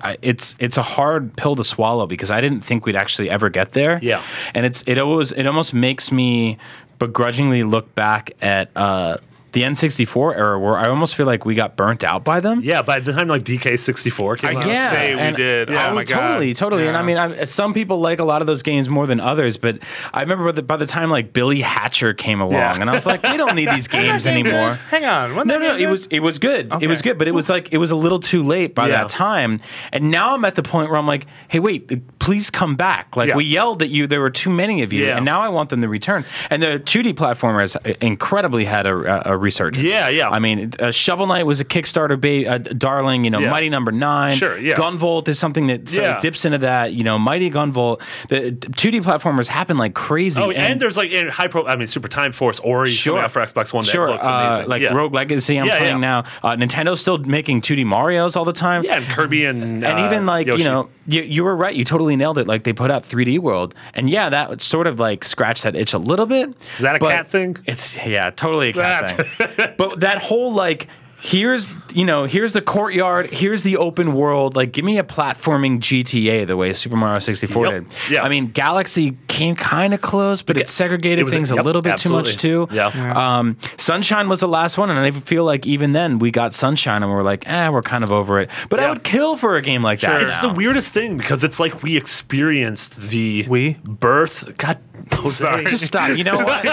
[SPEAKER 4] I, it's it's a hard pill to swallow because I didn't think we'd actually ever get there.
[SPEAKER 3] Yeah.
[SPEAKER 4] and it's it always it almost makes me begrudgingly look back at uh, the N64 era where I almost feel like we got burnt out by them.
[SPEAKER 3] yeah. By the time like DK sixty four came
[SPEAKER 2] I
[SPEAKER 3] out,
[SPEAKER 2] can say we
[SPEAKER 4] and-
[SPEAKER 2] did.
[SPEAKER 4] Yeah,
[SPEAKER 2] Oh my God.
[SPEAKER 4] totally, totally. And I
[SPEAKER 2] Yeah.
[SPEAKER 4] mean, I, some people like a lot of those games more than others, but I remember by the, by the time like Billy Hatcher came along,
[SPEAKER 2] Yeah.
[SPEAKER 4] and I was like, we don't need these games anymore.
[SPEAKER 2] Hang on. wasn't
[SPEAKER 4] No,
[SPEAKER 2] that
[SPEAKER 4] no,
[SPEAKER 2] game
[SPEAKER 4] it
[SPEAKER 2] good?
[SPEAKER 4] was it was good. It was
[SPEAKER 2] Okay.
[SPEAKER 4] good, but it was like it was a little too late by
[SPEAKER 3] Yeah.
[SPEAKER 4] that time. And now I'm at the point where I'm like, hey, wait, please come back. Like
[SPEAKER 3] Yeah.
[SPEAKER 4] we yelled at you, there were too many of you,
[SPEAKER 3] Yeah.
[SPEAKER 4] and now I want them to return. And the 2D platformer has incredibly had a, a resurgence.
[SPEAKER 3] Yeah, yeah.
[SPEAKER 4] I mean, uh, Shovel Knight was a Kickstarter ba- uh, darling. You know,
[SPEAKER 3] Yeah.
[SPEAKER 4] Mighty Number Nine.
[SPEAKER 3] Sure, yeah.
[SPEAKER 4] Gunvolt is something that sort
[SPEAKER 3] Yeah.
[SPEAKER 4] of dips into that. You know, Mighty Gunvolt. The 2D platformers happen like crazy.
[SPEAKER 3] Oh, and, there's like in high pro. I mean, Super Time Force Ori
[SPEAKER 4] Sure.
[SPEAKER 3] coming out for Xbox One.
[SPEAKER 4] Sure,
[SPEAKER 3] that looks
[SPEAKER 4] uh,
[SPEAKER 3] amazing.
[SPEAKER 4] like
[SPEAKER 3] yeah.
[SPEAKER 4] Rogue Legacy, I'm
[SPEAKER 3] Yeah,
[SPEAKER 4] playing
[SPEAKER 3] yeah.
[SPEAKER 4] now. Uh, Nintendo's still making 2D Mario's all the time.
[SPEAKER 3] yeah, and Kirby and
[SPEAKER 4] and
[SPEAKER 3] uh,
[SPEAKER 4] even like
[SPEAKER 3] Yoshi.
[SPEAKER 4] you know, you, you were right. You totally nailed it. Like they put out 3D World, and yeah, that would sort of like scratch that itch a little bit.
[SPEAKER 3] Is that a
[SPEAKER 4] but
[SPEAKER 3] cat thing?
[SPEAKER 4] It's yeah, totally a cat thing. But that whole like. Here's you know here's the courtyard here's the open world like give me a platforming GTA the way Super Mario 64
[SPEAKER 3] Yep.
[SPEAKER 4] did
[SPEAKER 3] Yeah.
[SPEAKER 4] I mean Galaxy came kind of close but it segregated
[SPEAKER 3] It was a-
[SPEAKER 4] things a,
[SPEAKER 3] yep,
[SPEAKER 4] little bit too
[SPEAKER 3] absolutely.
[SPEAKER 4] much too
[SPEAKER 3] Yeah.
[SPEAKER 4] um, Sunshine was the last one, and I feel like even then we got Sunshine and we are like, eh, we're kind of over it. But I
[SPEAKER 3] Yeah.
[SPEAKER 4] would kill for a game like that.
[SPEAKER 2] Sure.
[SPEAKER 4] It's
[SPEAKER 3] It's the weirdest thing because it's like we experienced the
[SPEAKER 2] We?
[SPEAKER 3] birth. God,
[SPEAKER 4] Oh,
[SPEAKER 3] Jose.
[SPEAKER 2] Sorry.
[SPEAKER 4] Just stop. You know what?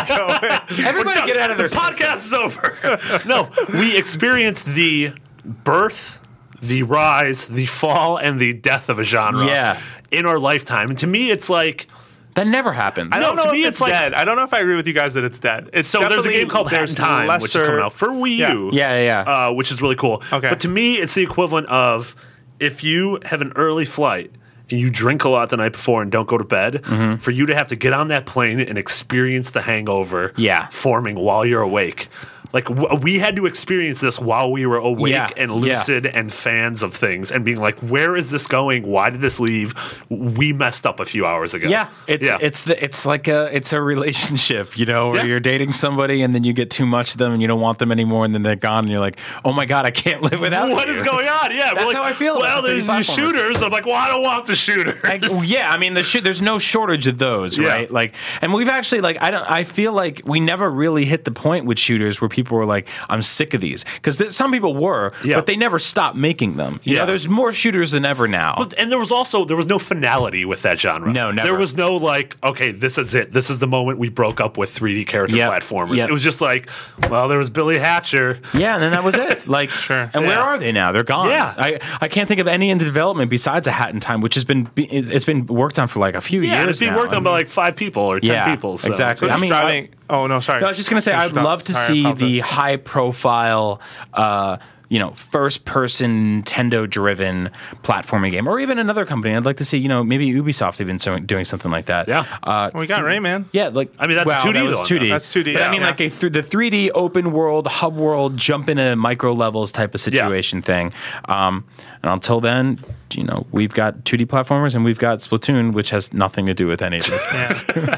[SPEAKER 4] Everybody get out of their
[SPEAKER 3] the podcast is over. no, we experienced the birth, the rise, the fall, and the death of a genre.
[SPEAKER 4] Yeah.
[SPEAKER 3] in our lifetime. And to me, it's like
[SPEAKER 4] That never happens.
[SPEAKER 2] I don't
[SPEAKER 3] No, to
[SPEAKER 2] know
[SPEAKER 3] me
[SPEAKER 2] if
[SPEAKER 3] it's
[SPEAKER 2] it's
[SPEAKER 3] like-
[SPEAKER 2] dead. I don't know if I agree with you guys that it's dead. It's
[SPEAKER 3] so. There's a
[SPEAKER 2] definitely-
[SPEAKER 3] game called Hat
[SPEAKER 2] there's
[SPEAKER 3] in Time, which is coming
[SPEAKER 2] lesser-
[SPEAKER 3] out for Wii
[SPEAKER 2] Yeah.
[SPEAKER 3] U.
[SPEAKER 4] Yeah, yeah, yeah.
[SPEAKER 3] Uh, which is really cool.
[SPEAKER 2] Okay.
[SPEAKER 3] but to me, it's the equivalent of if you have an early flight. And you drink a lot the night before and don't go to bed.
[SPEAKER 4] Mm-hmm.
[SPEAKER 3] For you to have to get on that plane and experience the hangover
[SPEAKER 4] Yeah.
[SPEAKER 3] forming while you're awake. Like w- we had to experience this while we were awake
[SPEAKER 4] Yeah,
[SPEAKER 3] and
[SPEAKER 4] yeah.
[SPEAKER 3] lucid and fans of things and being like, where is this going? Why did this leave? We messed up a few hours ago.
[SPEAKER 4] Yeah, it's it's the it's like a it's a relationship, you know, where
[SPEAKER 3] Yeah.
[SPEAKER 4] you're dating somebody and then you get too much of them and you don't want them anymore, and then they're gone, and you're like, oh my god, I can't live without.
[SPEAKER 3] What
[SPEAKER 4] you.
[SPEAKER 3] is going on? Yeah, we're
[SPEAKER 4] That's
[SPEAKER 3] like,
[SPEAKER 4] how I feel
[SPEAKER 3] Well,
[SPEAKER 4] about the
[SPEAKER 3] there's
[SPEAKER 4] 3D
[SPEAKER 3] the
[SPEAKER 4] platformers.
[SPEAKER 3] shooters. I'm like, well, I don't want the shooters.
[SPEAKER 4] I, yeah, I mean, the shit. There's no shortage of those,
[SPEAKER 3] Yeah.
[SPEAKER 4] right? Like, and we've actually like, I don't. I feel like we never really hit the point with shooters where people were like, "I'm sick of these," because th- some people were,
[SPEAKER 3] Yeah.
[SPEAKER 4] but they never stopped making them. You
[SPEAKER 3] Yeah.
[SPEAKER 4] know, there's more shooters than ever now.
[SPEAKER 3] and there was also there was no finality with that genre.
[SPEAKER 4] No, never.
[SPEAKER 3] There was no like, okay, this is it. This is the moment we broke up with 3D character
[SPEAKER 4] Yep,
[SPEAKER 3] platformers.
[SPEAKER 4] yep.
[SPEAKER 3] It was just like, well, there was Billy Hatcher.
[SPEAKER 4] yeah, and then that was it. Like,
[SPEAKER 2] Sure.
[SPEAKER 4] And where
[SPEAKER 3] Yeah.
[SPEAKER 4] are they now? They're gone.
[SPEAKER 3] Yeah.
[SPEAKER 4] I, I can't think of any in development besides a Hat in Time, which has been be- it's been worked on for like a few
[SPEAKER 3] Yeah, and
[SPEAKER 4] years.
[SPEAKER 3] it's being
[SPEAKER 4] now.
[SPEAKER 3] worked
[SPEAKER 4] I
[SPEAKER 3] on by
[SPEAKER 4] mean-
[SPEAKER 3] like five people or ten
[SPEAKER 4] Yeah,
[SPEAKER 3] people. So.
[SPEAKER 4] exactly.
[SPEAKER 2] So I
[SPEAKER 4] I mean,
[SPEAKER 2] mean, driving. oh no, sorry.
[SPEAKER 4] No, I was just gonna say
[SPEAKER 2] Finish
[SPEAKER 4] I'd
[SPEAKER 2] it up.
[SPEAKER 4] love to
[SPEAKER 2] Sorry, I
[SPEAKER 4] see the
[SPEAKER 2] apologize.
[SPEAKER 4] high profile uh you know, first person Nintendo driven platforming game, or even another company. I'd like to see, you know, maybe Ubisoft even so- doing something like that.
[SPEAKER 3] Yeah.
[SPEAKER 4] Uh,
[SPEAKER 2] We got Rayman.
[SPEAKER 4] yeah, like
[SPEAKER 3] I mean, that's
[SPEAKER 4] wow,
[SPEAKER 3] 2D
[SPEAKER 4] That was
[SPEAKER 3] though,
[SPEAKER 4] 2D.
[SPEAKER 2] that's 2D,
[SPEAKER 4] But I
[SPEAKER 2] yeah.
[SPEAKER 4] mean, like a th- the 3D open world, hub world, jump into micro levels type of situation thing. Um, and until then, you know, we've got 2D platformers and we've got Splatoon, which has nothing to do with any of this.
[SPEAKER 2] Yeah.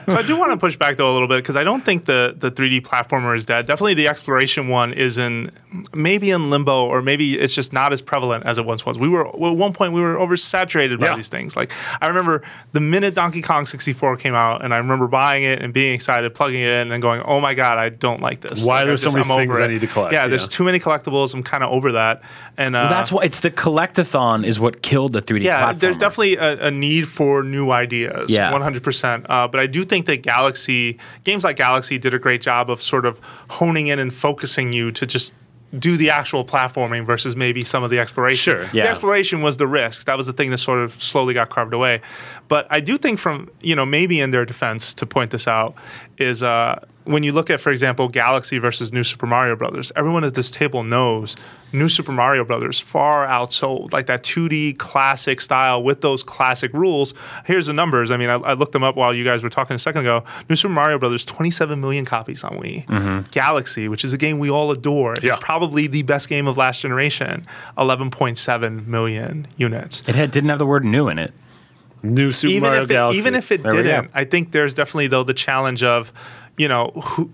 [SPEAKER 2] so I do want to push back though a little bit because I don't think the the 3D platformer is dead. Definitely the exploration one is in maybe in limbo or maybe it's just not as prevalent as it once was. We were well, at one point we were oversaturated by
[SPEAKER 3] Yeah.
[SPEAKER 2] these things. Like I remember the minute Donkey Kong 64 came out and I remember buying it and being excited, plugging it in and going, "Oh my god, I don't like this."
[SPEAKER 3] Why
[SPEAKER 2] Like, I
[SPEAKER 3] there's so
[SPEAKER 2] just-
[SPEAKER 3] many
[SPEAKER 2] I'm
[SPEAKER 3] things
[SPEAKER 2] over
[SPEAKER 3] I
[SPEAKER 2] it.
[SPEAKER 3] need to collect,
[SPEAKER 2] Yeah, there's
[SPEAKER 3] yeah.
[SPEAKER 2] too many collectibles. I'm kind of over that. And uh,
[SPEAKER 4] That's why it's the collectathon is what killed the 3D
[SPEAKER 2] yeah,
[SPEAKER 4] platformer.
[SPEAKER 2] there's definitely a, a need for new ideas.
[SPEAKER 4] Yeah.
[SPEAKER 2] 100%. Uh, but I do think that Galaxy, games like Galaxy, did a great job of sort of honing in and focusing you to just do the actual platforming versus maybe some of the exploration.
[SPEAKER 3] Sure.
[SPEAKER 4] Yeah.
[SPEAKER 2] The exploration was the risk. That was the thing that sort of slowly got carved away. But I do think, from, you know, maybe in their defense to point this out, is. Uh, when you look at, for example, Galaxy versus New Super Mario Brothers, everyone at this table knows New Super Mario Brothers far outsold like that 2D classic style with those classic rules. Here's the numbers. I mean, I, I looked them up while you guys were talking a second ago. New Super Mario Brothers, 27 million copies on Wii. Galaxy, which is a game we all adore,
[SPEAKER 3] Yeah.
[SPEAKER 2] it's probably the best game of last generation. 11.7 million units.
[SPEAKER 4] it had, didn't have the word new in it.
[SPEAKER 3] New Super
[SPEAKER 2] Even
[SPEAKER 3] Mario
[SPEAKER 2] if, it,
[SPEAKER 3] Galaxy.
[SPEAKER 2] even if it
[SPEAKER 4] There we go.
[SPEAKER 2] didn't, I think there's definitely though the challenge of, you know, who,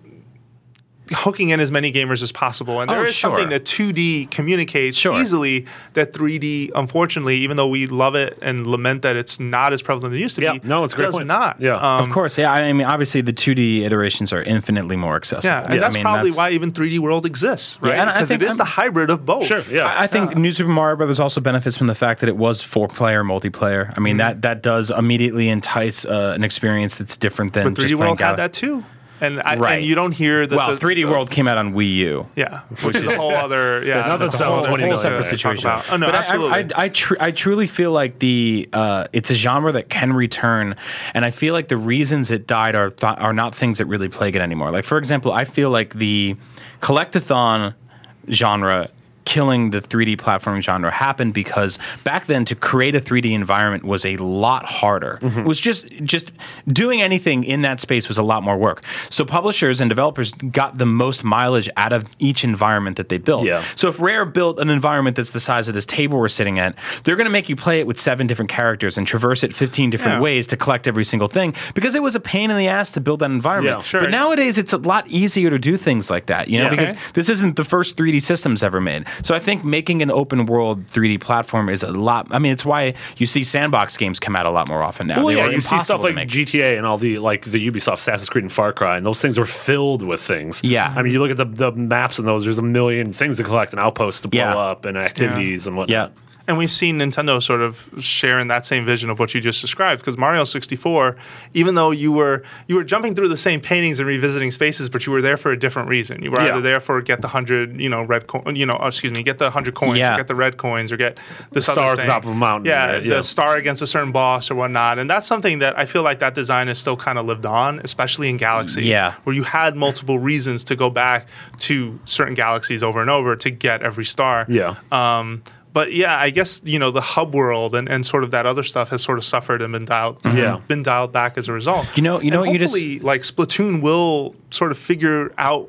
[SPEAKER 2] hooking in as many gamers as possible. And there
[SPEAKER 4] Oh,
[SPEAKER 2] is
[SPEAKER 4] sure.
[SPEAKER 2] something that 2D communicates
[SPEAKER 4] Sure.
[SPEAKER 2] easily that 3D, unfortunately, even though we love it and lament that it's not as prevalent as it used to
[SPEAKER 3] Yeah.
[SPEAKER 2] be,
[SPEAKER 3] No, it's a great
[SPEAKER 2] does
[SPEAKER 3] point.
[SPEAKER 2] not.
[SPEAKER 3] Yeah.
[SPEAKER 2] Um,
[SPEAKER 4] Of course, yeah. I mean, obviously, the 2D iterations are infinitely more accessible.
[SPEAKER 2] yeah, and
[SPEAKER 4] I
[SPEAKER 2] that's
[SPEAKER 4] mean,
[SPEAKER 2] probably
[SPEAKER 4] that's-
[SPEAKER 2] why even 3D World exists, right?
[SPEAKER 4] and I
[SPEAKER 2] Because
[SPEAKER 4] think
[SPEAKER 2] it is
[SPEAKER 4] I'm-
[SPEAKER 2] the hybrid of both.
[SPEAKER 3] Sure, yeah.
[SPEAKER 4] I I think New Super Mario Brothers also benefits from the fact that it was four player multiplayer. I mean,
[SPEAKER 2] Mm-hmm.
[SPEAKER 4] that that does immediately entice uh, an experience that's different than
[SPEAKER 2] But 3D
[SPEAKER 4] just playing
[SPEAKER 2] World had
[SPEAKER 4] Galaxy.
[SPEAKER 2] that too. And, I,
[SPEAKER 4] Right.
[SPEAKER 2] and you don't hear that.
[SPEAKER 4] Well,
[SPEAKER 2] the-
[SPEAKER 4] 3D
[SPEAKER 2] the-
[SPEAKER 4] World came out on Wii U.
[SPEAKER 2] Yeah, which is a whole other. Yeah,
[SPEAKER 3] That's- that's
[SPEAKER 2] a
[SPEAKER 3] a whole-
[SPEAKER 2] other
[SPEAKER 3] whole
[SPEAKER 2] thing to
[SPEAKER 3] separate
[SPEAKER 2] talk
[SPEAKER 4] situation.
[SPEAKER 2] about. Oh no,
[SPEAKER 4] but I-
[SPEAKER 2] absolutely.
[SPEAKER 4] I, I, I, tr- I truly feel like the uh, it's a genre that can return, and I feel like the reasons it died are th- are not things that really plague it anymore. Like for example, I feel like the collectathon genre killing the 3D platforming genre happened because back then to create a 3D environment was a lot harder.
[SPEAKER 2] Mm-hmm.
[SPEAKER 4] It was just just doing anything in that space was a lot more work. So publishers and developers got the most mileage out of each environment that they built.
[SPEAKER 3] Yeah.
[SPEAKER 4] So if Rare built an environment that's the size of this table we're sitting at, they're going to make you play it with seven different characters and traverse it 15 different
[SPEAKER 2] Yeah.
[SPEAKER 4] ways to collect every single thing because it was a pain in the ass to build that environment.
[SPEAKER 3] Yeah, sure.
[SPEAKER 4] But nowadays it's a lot easier to do things like that, you know,
[SPEAKER 3] Yeah.
[SPEAKER 4] because
[SPEAKER 2] Okay.
[SPEAKER 4] this isn't the first 3D systems ever made. So I think making an open world 3D platform is a lot I mean it's why you see sandbox games come out a lot more often now.
[SPEAKER 3] Well,
[SPEAKER 4] They
[SPEAKER 3] yeah,
[SPEAKER 4] were
[SPEAKER 3] you see
[SPEAKER 4] impossible
[SPEAKER 3] stuff
[SPEAKER 4] to
[SPEAKER 3] like
[SPEAKER 4] make.
[SPEAKER 3] GTA and all the like the Ubisoft Assassin's Creed and Far Cry, and those things were filled with things.
[SPEAKER 4] Yeah.
[SPEAKER 3] I mean, you look at the, the maps and those. There's a million things to collect and outposts to blow
[SPEAKER 4] Yeah.
[SPEAKER 3] up and activities and
[SPEAKER 4] yeah.
[SPEAKER 3] whatnot.
[SPEAKER 2] And we've seen Nintendo sort of sharing that same vision of what you just described. Because Mario 64, even though you were you were jumping through the same paintings and revisiting spaces, but you were there for a different reason. You were
[SPEAKER 3] Yeah.
[SPEAKER 2] either there for get the hundred, you know, red coin, you know, oh, excuse me, get the hundred coins,
[SPEAKER 4] Yeah.
[SPEAKER 2] or get the red coins, or get the
[SPEAKER 3] star at the top of a mountain,
[SPEAKER 2] Yeah,
[SPEAKER 3] right?
[SPEAKER 2] the
[SPEAKER 3] Yeah.
[SPEAKER 2] star against a certain boss or whatnot. And that's something that I feel like that design is still kind of lived on, especially in Galaxy,
[SPEAKER 4] Yeah.
[SPEAKER 2] where you had multiple reasons to go back to certain galaxies over and over to get every star.
[SPEAKER 3] Yeah.
[SPEAKER 2] Um, but yeah, I guess you know the hub world and, and sort of that other stuff has sort of suffered and been dialed
[SPEAKER 3] Mm-hmm. Yeah.
[SPEAKER 2] been dialed back as a result.
[SPEAKER 4] You know- you know
[SPEAKER 2] And
[SPEAKER 4] what you just-
[SPEAKER 2] hopefully, like Splatoon will sort of figure out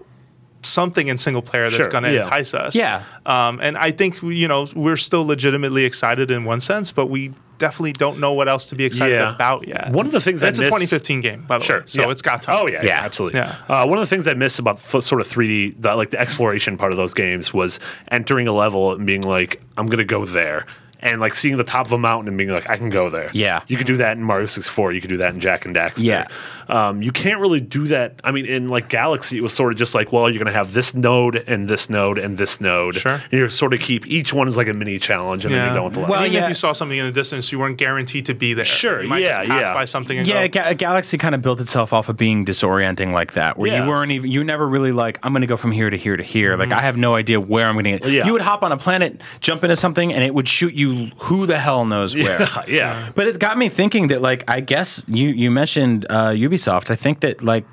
[SPEAKER 2] something in single player that's
[SPEAKER 3] Sure,
[SPEAKER 2] going to
[SPEAKER 3] yeah.
[SPEAKER 2] entice us.
[SPEAKER 4] Yeah.
[SPEAKER 2] Um, and I think you know we're still legitimately excited in one sense, but we definitely don't know what else to be excited
[SPEAKER 3] Yeah.
[SPEAKER 2] about yet.
[SPEAKER 3] One of the things I
[SPEAKER 2] that's a
[SPEAKER 3] miss-
[SPEAKER 2] 2015 game, by the way, so
[SPEAKER 3] yeah.
[SPEAKER 2] it's got time.
[SPEAKER 3] Oh yeah, yeah,
[SPEAKER 4] Yeah.
[SPEAKER 3] absolutely.
[SPEAKER 2] Yeah.
[SPEAKER 3] Uh, one of the things I miss about f- sort of 3D, the, like the exploration part of those games, was entering a level and being like, I'm gonna go there. And like seeing the top of a mountain and being like, I can go there.
[SPEAKER 4] Yeah.
[SPEAKER 3] you could do that in Mario 64. You could do that in Jack and Daxter.
[SPEAKER 4] Yeah.
[SPEAKER 3] um, you can't really do that. I mean, in like Galaxy, it was sort of just like, well, you're gonna have this node and this node and this node.
[SPEAKER 2] Sure.
[SPEAKER 3] and you sort of keep each one is like a mini challenge, and then
[SPEAKER 2] Yeah.
[SPEAKER 3] you're done with the level.
[SPEAKER 4] Well,
[SPEAKER 2] Even
[SPEAKER 4] yeah.
[SPEAKER 2] if you saw something in the distance, you weren't guaranteed to be there.
[SPEAKER 3] Sure,
[SPEAKER 2] You might
[SPEAKER 3] yeah,
[SPEAKER 2] just pass
[SPEAKER 3] yeah.
[SPEAKER 2] By something. And
[SPEAKER 4] Yeah,
[SPEAKER 2] go,
[SPEAKER 4] Ga- Galaxy kind of built itself off of being disorienting like that, where
[SPEAKER 3] Yeah. Mm-hmm.
[SPEAKER 4] you weren't even, you never really like, I'm going to go from here to here to here. Like, I have no idea where I'm going to.
[SPEAKER 3] Yeah.
[SPEAKER 4] You would hop on a planet, jump into something, and it would shoot you who the hell knows where.
[SPEAKER 3] yeah.
[SPEAKER 4] But it got me thinking that, like, I guess you you mentioned uh, Ubisoft. I think that like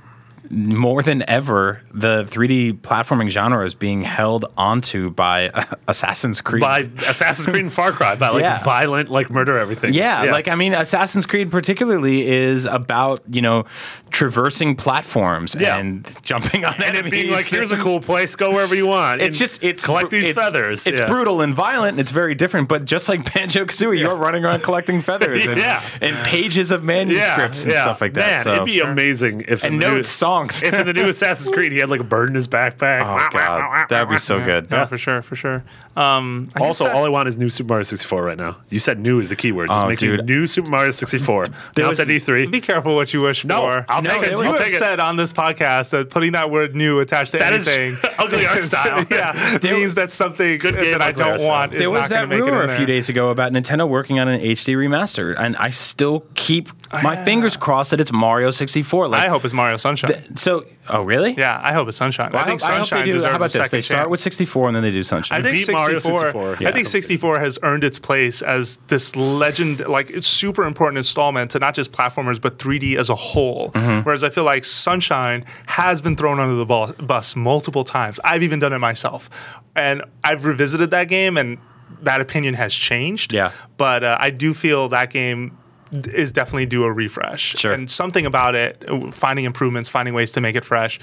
[SPEAKER 4] more than ever, the 3D platforming genre is being held onto by Assassin's Creed.
[SPEAKER 3] By Assassin's Creed and Far Cry, by like
[SPEAKER 4] Yeah.
[SPEAKER 3] violent, like murder everything.
[SPEAKER 4] Yeah, like I mean, Assassin's Creed particularly is about you know traversing platforms
[SPEAKER 3] Yeah.
[SPEAKER 4] and jumping on
[SPEAKER 3] and it
[SPEAKER 4] enemies.
[SPEAKER 3] being like, here's a cool place, go wherever you want. and
[SPEAKER 4] It's just it's
[SPEAKER 3] collect
[SPEAKER 4] bru-
[SPEAKER 3] these
[SPEAKER 4] it's-
[SPEAKER 3] feathers.
[SPEAKER 4] It's
[SPEAKER 3] yeah.
[SPEAKER 4] brutal and violent, and it's very different. But just like Banjo Kazooie, you're running around collecting feathers and,
[SPEAKER 3] Yeah.
[SPEAKER 4] and pages of manuscripts and stuff like
[SPEAKER 3] Man,
[SPEAKER 4] that. so.
[SPEAKER 3] it'd be amazing if
[SPEAKER 4] and
[SPEAKER 3] the new-
[SPEAKER 4] notes, songs.
[SPEAKER 3] if in the new Assassin's Creed he had like a bird in his backpack.
[SPEAKER 4] oh god, that'd be so good.
[SPEAKER 2] No, for sure, for sure. Um, I guess
[SPEAKER 3] Also,
[SPEAKER 2] that-
[SPEAKER 3] all I want is new Super Mario 64 right now. You said new is the keyword. Just
[SPEAKER 4] Oh,
[SPEAKER 3] make
[SPEAKER 4] dude.
[SPEAKER 3] me new Super Mario 64. Now
[SPEAKER 4] was-
[SPEAKER 3] said E3.
[SPEAKER 2] be careful what you wish
[SPEAKER 3] E No,
[SPEAKER 2] for.
[SPEAKER 3] I'll take
[SPEAKER 2] because
[SPEAKER 3] it.
[SPEAKER 2] You
[SPEAKER 3] I'll
[SPEAKER 2] have
[SPEAKER 3] take it.
[SPEAKER 2] said on this podcast that putting that word "new" attached to
[SPEAKER 3] That is
[SPEAKER 2] anything,
[SPEAKER 3] ugly art
[SPEAKER 2] is-
[SPEAKER 3] style.
[SPEAKER 2] yeah, means that something
[SPEAKER 3] game,
[SPEAKER 2] that I
[SPEAKER 3] ugly art
[SPEAKER 2] don't
[SPEAKER 3] style.
[SPEAKER 2] want. is
[SPEAKER 4] There was
[SPEAKER 2] not gonna
[SPEAKER 4] that
[SPEAKER 2] make it in
[SPEAKER 4] rumor a
[SPEAKER 2] there.
[SPEAKER 4] few days ago about Nintendo working on an HD remaster, and I still keep
[SPEAKER 3] Oh,
[SPEAKER 4] my fingers crossed that it's Mario 64. Like,
[SPEAKER 2] I hope it's Mario Sunshine.
[SPEAKER 4] so. Oh, really?
[SPEAKER 2] yeah, I hope it's Sunshine.
[SPEAKER 4] Well,
[SPEAKER 2] I think
[SPEAKER 4] hope- I hope
[SPEAKER 2] Sunshine
[SPEAKER 4] they do.
[SPEAKER 2] deserves
[SPEAKER 4] How about
[SPEAKER 2] a second
[SPEAKER 4] this? They start
[SPEAKER 2] chance.
[SPEAKER 4] with 64 and then they do
[SPEAKER 2] I
[SPEAKER 4] Sunshine.
[SPEAKER 2] think
[SPEAKER 3] beat Mario
[SPEAKER 2] 64,
[SPEAKER 3] 64. Yeah,
[SPEAKER 2] I
[SPEAKER 3] something.
[SPEAKER 2] think 64 has earned its place as this legend, like it's super important installment to not just platformers but 3D as a whole. Whereas I feel like Sunshine has been thrown under the ball, bus multiple times. I've even done it myself, and I've revisited that game, and that opinion has changed.
[SPEAKER 4] Yeah.
[SPEAKER 2] but uh, I do feel that game. d- Is definitely due a refresh,
[SPEAKER 4] Sure.
[SPEAKER 2] and something about it, uh, finding improvements, finding ways to make it fresh,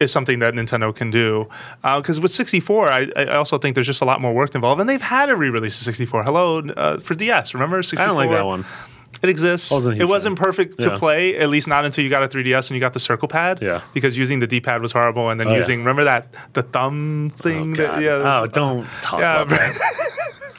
[SPEAKER 2] is something that Nintendo can do. Because with 64, I, I also think there's just a lot more work involved, and they've had a re-release of 64. Hello uh, for DS, remember? 64.
[SPEAKER 3] I don't like that one.
[SPEAKER 2] It exists.
[SPEAKER 3] wasn't a huge
[SPEAKER 2] it wasn't
[SPEAKER 3] fan.
[SPEAKER 2] perfect to
[SPEAKER 3] Yeah.
[SPEAKER 2] play, at least not until you got a 3DS and you got the circle pad.
[SPEAKER 3] Yeah. Oh,
[SPEAKER 2] Because using the D-pad was horrible, and then
[SPEAKER 3] yeah.
[SPEAKER 2] using remember that the thumb thing. that,
[SPEAKER 3] God.
[SPEAKER 2] yeah.
[SPEAKER 3] oh, don't talk
[SPEAKER 2] yeah,
[SPEAKER 3] about that.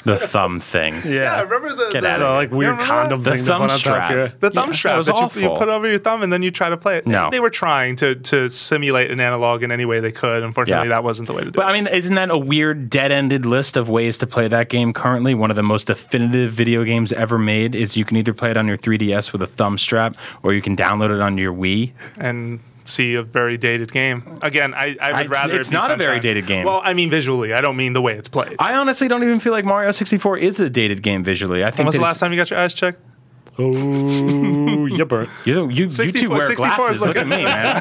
[SPEAKER 4] the thumb thing.
[SPEAKER 3] Yeah.
[SPEAKER 2] I remember the,
[SPEAKER 4] Get
[SPEAKER 2] the-
[SPEAKER 4] out of
[SPEAKER 3] The,
[SPEAKER 4] here.
[SPEAKER 3] like weird
[SPEAKER 2] remember
[SPEAKER 3] condom
[SPEAKER 4] The
[SPEAKER 3] thing that
[SPEAKER 4] thumb
[SPEAKER 3] went on top
[SPEAKER 4] strap.
[SPEAKER 3] here.
[SPEAKER 2] The thumb
[SPEAKER 4] Yeah,
[SPEAKER 2] strap
[SPEAKER 4] that was
[SPEAKER 2] that you, you
[SPEAKER 4] awful.
[SPEAKER 2] put over your thumb and then you try to play it.
[SPEAKER 4] No.
[SPEAKER 2] They were trying to, to simulate an analog in any way they could. Unfortunately,
[SPEAKER 4] Yeah.
[SPEAKER 2] that wasn't the way to do
[SPEAKER 4] But
[SPEAKER 2] it.
[SPEAKER 4] I mean, isn't that a weird dead-ended list of ways to play that game currently? One of the most definitive video games ever made is you can either play it on your 3DS with a thumb strap, or you can download it on your Wii.
[SPEAKER 2] and see a very dated game. Again, I, I would
[SPEAKER 4] It's-
[SPEAKER 2] rather. it
[SPEAKER 4] it's
[SPEAKER 2] be
[SPEAKER 4] not a very
[SPEAKER 2] Sunshine.
[SPEAKER 4] dated game.
[SPEAKER 2] Well, I mean visually. I don't mean the way it's played.
[SPEAKER 4] I honestly don't even feel like Mario 64 is a dated game visually. I think
[SPEAKER 2] when was
[SPEAKER 4] that
[SPEAKER 2] the
[SPEAKER 4] it's-
[SPEAKER 2] last time you got your eyes checked?
[SPEAKER 3] Oh, you burnt.
[SPEAKER 4] You, you, you two
[SPEAKER 2] 64
[SPEAKER 4] wear
[SPEAKER 2] 64 is
[SPEAKER 4] glasses. Look at
[SPEAKER 2] looking-
[SPEAKER 4] me, man.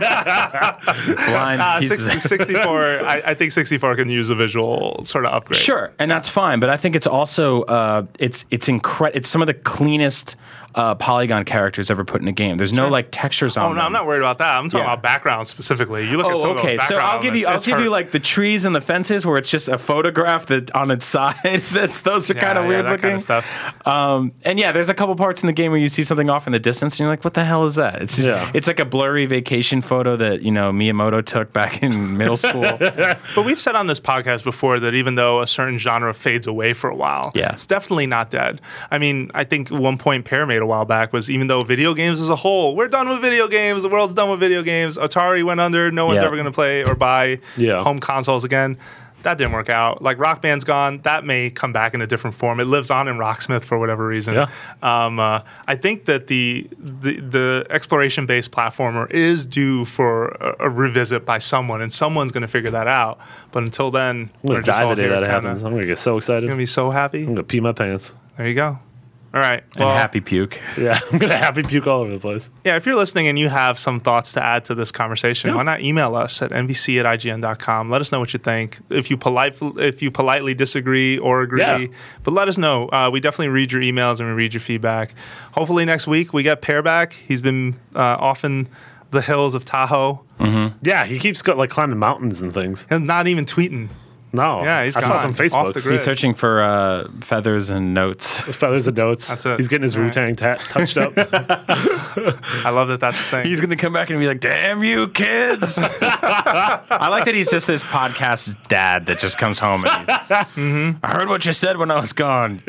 [SPEAKER 4] Blind
[SPEAKER 2] Uh,
[SPEAKER 4] pieces.
[SPEAKER 2] 60, 64. I, I think 64 can use a visual sort of upgrade.
[SPEAKER 4] Sure, and that's fine. But I think it's also uh, it's it's incre- It's some of the cleanest uh, polygon characters ever put in a game. There's no like textures on.
[SPEAKER 2] Oh no, I'm
[SPEAKER 4] them.
[SPEAKER 2] not worried about that. I'm talking
[SPEAKER 4] Yeah.
[SPEAKER 2] about background specifically. You look at some
[SPEAKER 4] Oh,
[SPEAKER 2] of those
[SPEAKER 4] okay. So
[SPEAKER 2] background
[SPEAKER 4] I'll give you I'll
[SPEAKER 2] elements,
[SPEAKER 4] give
[SPEAKER 2] it's
[SPEAKER 4] you
[SPEAKER 2] hurt.
[SPEAKER 4] like the trees and the fences where it's just a photograph that on its side. That's those are
[SPEAKER 2] Yeah,
[SPEAKER 4] kind of
[SPEAKER 2] yeah,
[SPEAKER 4] weird
[SPEAKER 2] that
[SPEAKER 4] looking
[SPEAKER 2] kind of stuff.
[SPEAKER 4] Um, and yeah, there's a couple parts in the game where you see something off in the distance and you're like, what the hell is that? It's just,
[SPEAKER 3] Yeah.
[SPEAKER 4] it's like a blurry vacation photo that you know Miyamoto took back in middle school.
[SPEAKER 2] But we've said on this podcast before that even though a certain genre fades away for a while,
[SPEAKER 4] Yeah.
[SPEAKER 2] it's definitely not dead. I mean, I think one point Pear made a while back was even though video games as a whole, we're done with video games, the world's done with video games, Atari went under, no one's
[SPEAKER 4] Yeah.
[SPEAKER 2] ever going to play or buy
[SPEAKER 3] Yeah.
[SPEAKER 2] home consoles again. That didn't work out. Like Rock Band's gone, that may come back in a different form. It lives on in Rocksmith for whatever reason.
[SPEAKER 3] Yeah.
[SPEAKER 2] Um, uh, I think that the the, the exploration based platformer is due for a, a revisit by someone, and someone's going to figure that out. But until then,
[SPEAKER 3] I'm
[SPEAKER 2] we're
[SPEAKER 3] gonna
[SPEAKER 2] just
[SPEAKER 3] die
[SPEAKER 2] all
[SPEAKER 3] the day
[SPEAKER 2] here
[SPEAKER 3] that
[SPEAKER 2] kinda-
[SPEAKER 3] happens. Mm. I'm gonna get so excited.
[SPEAKER 2] You're
[SPEAKER 3] I'm
[SPEAKER 2] gonna be so happy.
[SPEAKER 3] gonna pee my pants.
[SPEAKER 2] There you go. All right. Well,
[SPEAKER 4] and happy puke.
[SPEAKER 3] Yeah, I'm gonna happy puke all over the place.
[SPEAKER 2] Yeah, if you're listening and you have some thoughts to add to this conversation, why not email us at nvc at ign.com. Let us know what you think. If you polite, if you politely disagree or agree,
[SPEAKER 3] Yeah.
[SPEAKER 2] but let us know. Uh, we definitely read your emails and we read your feedback. Hopefully next week we get Pear back. He's been uh, off in the hills of Tahoe
[SPEAKER 3] Yeah, he keeps go, like climbing mountains and things.
[SPEAKER 2] and not even tweeting.
[SPEAKER 3] No,
[SPEAKER 2] Yeah, he's
[SPEAKER 3] I saw
[SPEAKER 2] gone.
[SPEAKER 3] some
[SPEAKER 2] Off the
[SPEAKER 3] Facebooks.
[SPEAKER 2] grid.
[SPEAKER 4] He's searching for uh, feathers and notes.
[SPEAKER 3] feathers and notes.
[SPEAKER 2] That's it.
[SPEAKER 3] He's getting his
[SPEAKER 2] All
[SPEAKER 3] Wu
[SPEAKER 2] right.
[SPEAKER 3] Tang tat touched up.
[SPEAKER 2] I love that. That's the thing.
[SPEAKER 4] He's gonna come back and be like, "Damn you, kids!" I like that he's just this podcast's dad that just comes home and he's, I heard what you said when I was gone.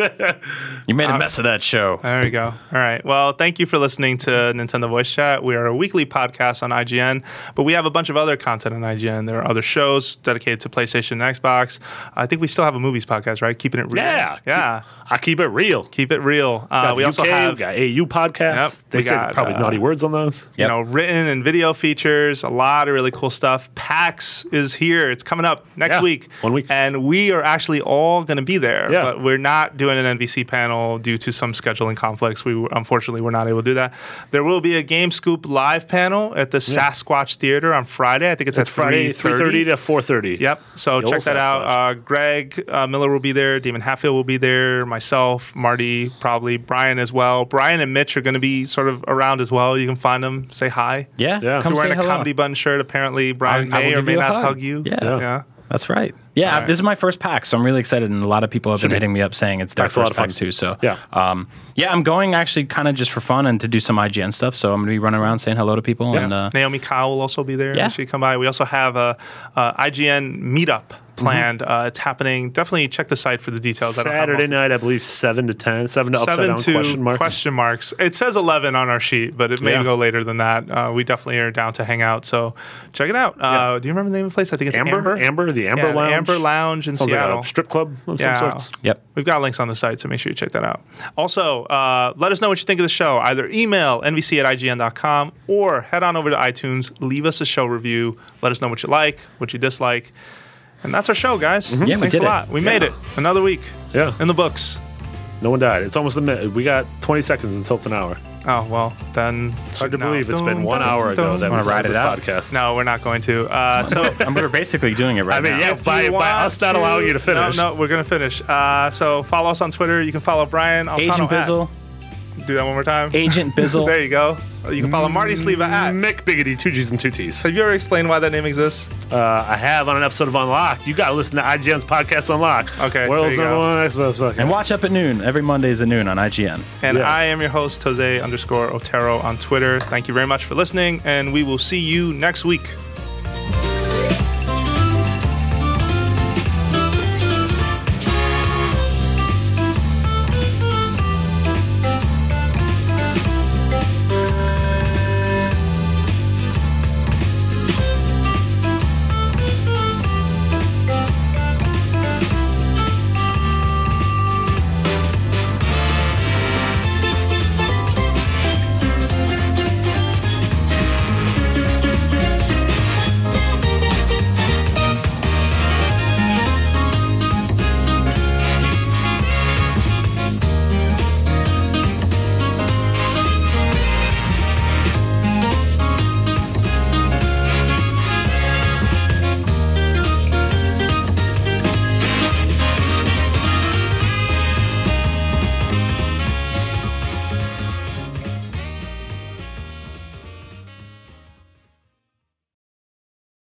[SPEAKER 4] You made a mess of that show.
[SPEAKER 2] There we go. All right. Well, thank you for listening to Nintendo Voice Chat. We are a weekly podcast on IGN, but we have a bunch of other content on IGN. There are other shows dedicated to PlayStation and Xbox. Xbox. I think we still have a movies podcast, right? Keeping it real.
[SPEAKER 3] Yeah,
[SPEAKER 2] yeah.
[SPEAKER 3] Keep, I keep it real.
[SPEAKER 2] Keep it real. Uh,
[SPEAKER 3] Got
[SPEAKER 2] we
[SPEAKER 3] the
[SPEAKER 2] also
[SPEAKER 3] UK,
[SPEAKER 2] have
[SPEAKER 3] we got AU podcasts.
[SPEAKER 2] Yep,
[SPEAKER 3] they
[SPEAKER 2] we
[SPEAKER 3] say
[SPEAKER 2] got,
[SPEAKER 3] probably
[SPEAKER 2] uh,
[SPEAKER 3] naughty words on those.
[SPEAKER 2] you
[SPEAKER 4] Yep.
[SPEAKER 2] know, written and video features, a lot of really cool stuff. PAX is here. It's coming up next
[SPEAKER 3] Yeah,
[SPEAKER 2] week.
[SPEAKER 3] one week.
[SPEAKER 2] And we are actually all going to be there.
[SPEAKER 3] Yeah.
[SPEAKER 2] But we're not doing an NVC panel due to some scheduling conflicts. We were- unfortunately were not able to do that. There will be a Game Scoop live panel at the Sasquatch Theater on Friday. I think it's,
[SPEAKER 3] That's
[SPEAKER 2] at
[SPEAKER 3] Friday, three thirty to four thirty.
[SPEAKER 2] Yep. So
[SPEAKER 3] The
[SPEAKER 2] check
[SPEAKER 3] old
[SPEAKER 2] that
[SPEAKER 3] Sasquatch.
[SPEAKER 2] out. Uh, Greg uh, Miller will be there. Damon Hatfield will be there. Myself, Marty, probably Brian as well. Brian and Mitch are going to be sort of around as well. You can find them. Say hi.
[SPEAKER 3] Yeah.
[SPEAKER 4] Yeah, come
[SPEAKER 3] You're
[SPEAKER 2] You're
[SPEAKER 4] say
[SPEAKER 2] wearing a
[SPEAKER 4] hello.
[SPEAKER 2] comedy bun shirt. Apparently, Brian
[SPEAKER 4] I- I
[SPEAKER 2] may
[SPEAKER 4] will
[SPEAKER 2] or
[SPEAKER 4] give
[SPEAKER 2] may
[SPEAKER 4] you a
[SPEAKER 2] not
[SPEAKER 4] hug.
[SPEAKER 2] hug, you.
[SPEAKER 4] Yeah.
[SPEAKER 3] Yeah.
[SPEAKER 4] That's right. Yeah,
[SPEAKER 2] right.
[SPEAKER 4] this is my first pack, so I'm really excited, and a lot of people have been
[SPEAKER 3] be.
[SPEAKER 4] hitting me up saying it's their
[SPEAKER 3] Pack's a lot
[SPEAKER 4] first
[SPEAKER 3] of fun.
[SPEAKER 4] pack too. So
[SPEAKER 3] Yeah.
[SPEAKER 4] um, yeah, I'm going actually kind of just for fun and to do some IGN stuff. So I'm gonna be running around saying hello to people and uh,
[SPEAKER 2] Naomi Kyle will also be there.
[SPEAKER 4] Yeah.
[SPEAKER 2] She She come by. We also have a, uh IGN meetup planned.
[SPEAKER 4] Mm-hmm.
[SPEAKER 2] Uh, it's happening. Definitely check the site for the details. I don't have
[SPEAKER 3] Saturday
[SPEAKER 2] most-
[SPEAKER 3] night, I believe seven to ten, seven to upside
[SPEAKER 2] Seven
[SPEAKER 3] down
[SPEAKER 2] to
[SPEAKER 3] question mark.
[SPEAKER 2] question marks. It says eleven on our sheet, but it may
[SPEAKER 3] Yeah.
[SPEAKER 2] go later than that. Uh, we definitely are down to hang out, so check it out. Uh, Do you remember the name of the place? I think it's
[SPEAKER 3] Amber, Amber, the Amber
[SPEAKER 2] Yeah, the
[SPEAKER 3] Lounge,
[SPEAKER 2] Amber Lounge in
[SPEAKER 3] Sounds like a
[SPEAKER 2] Seattle.
[SPEAKER 3] strip club of
[SPEAKER 2] Yeah.
[SPEAKER 3] some sorts.
[SPEAKER 4] yep.
[SPEAKER 2] We've got links on the site, so make sure you check that out. Also, uh, let us know what you think of the show. Either email nvc at ign.com or head on over to iTunes, leave us a show review, let us know what you like, what you dislike. And that's our show, guys.
[SPEAKER 3] Mm-hmm.
[SPEAKER 4] Yeah, we
[SPEAKER 2] Thanks
[SPEAKER 4] did
[SPEAKER 2] a
[SPEAKER 4] it.
[SPEAKER 2] lot. We made it. Another week
[SPEAKER 3] Yeah,
[SPEAKER 2] in the books.
[SPEAKER 3] no one died. It's almost a minute. We got twenty seconds until it's an hour.
[SPEAKER 2] Oh, well, then.
[SPEAKER 3] It's hard to believe it's been one hour ago that we
[SPEAKER 4] Wanna ride
[SPEAKER 3] started
[SPEAKER 4] it
[SPEAKER 3] this
[SPEAKER 4] out?
[SPEAKER 3] podcast.
[SPEAKER 2] No, we're not going to. Uh, so.
[SPEAKER 4] And we're basically doing it right
[SPEAKER 3] I mean,
[SPEAKER 4] now.
[SPEAKER 3] yeah,
[SPEAKER 2] If
[SPEAKER 3] by,
[SPEAKER 2] you
[SPEAKER 3] by
[SPEAKER 2] want
[SPEAKER 3] us not allowing you to finish.
[SPEAKER 2] No, no, we're going to finish. Uh, so follow us on Twitter. You can follow Brian. Altano
[SPEAKER 4] Agent
[SPEAKER 2] at-
[SPEAKER 4] Bizzle,
[SPEAKER 2] Do that one more time.
[SPEAKER 4] Agent Bizzle.
[SPEAKER 2] There you go. You can follow Marty Sleva at.
[SPEAKER 3] Mick Biggity, two G's and two T's.
[SPEAKER 2] Have you ever explained why that name exists?
[SPEAKER 3] Uh, I have on an episode of Unlock. You got to listen to IGN's podcast Unlock.
[SPEAKER 2] Okay,
[SPEAKER 3] World's
[SPEAKER 2] there you
[SPEAKER 3] number
[SPEAKER 2] go.
[SPEAKER 3] one Xbox podcast.
[SPEAKER 4] and watch up at noon every Mondays at noon on IGN.
[SPEAKER 2] And
[SPEAKER 3] Yeah.
[SPEAKER 2] I am your host, Jose underscore Otero on Twitter. Thank you very much for listening, and we will see you next week.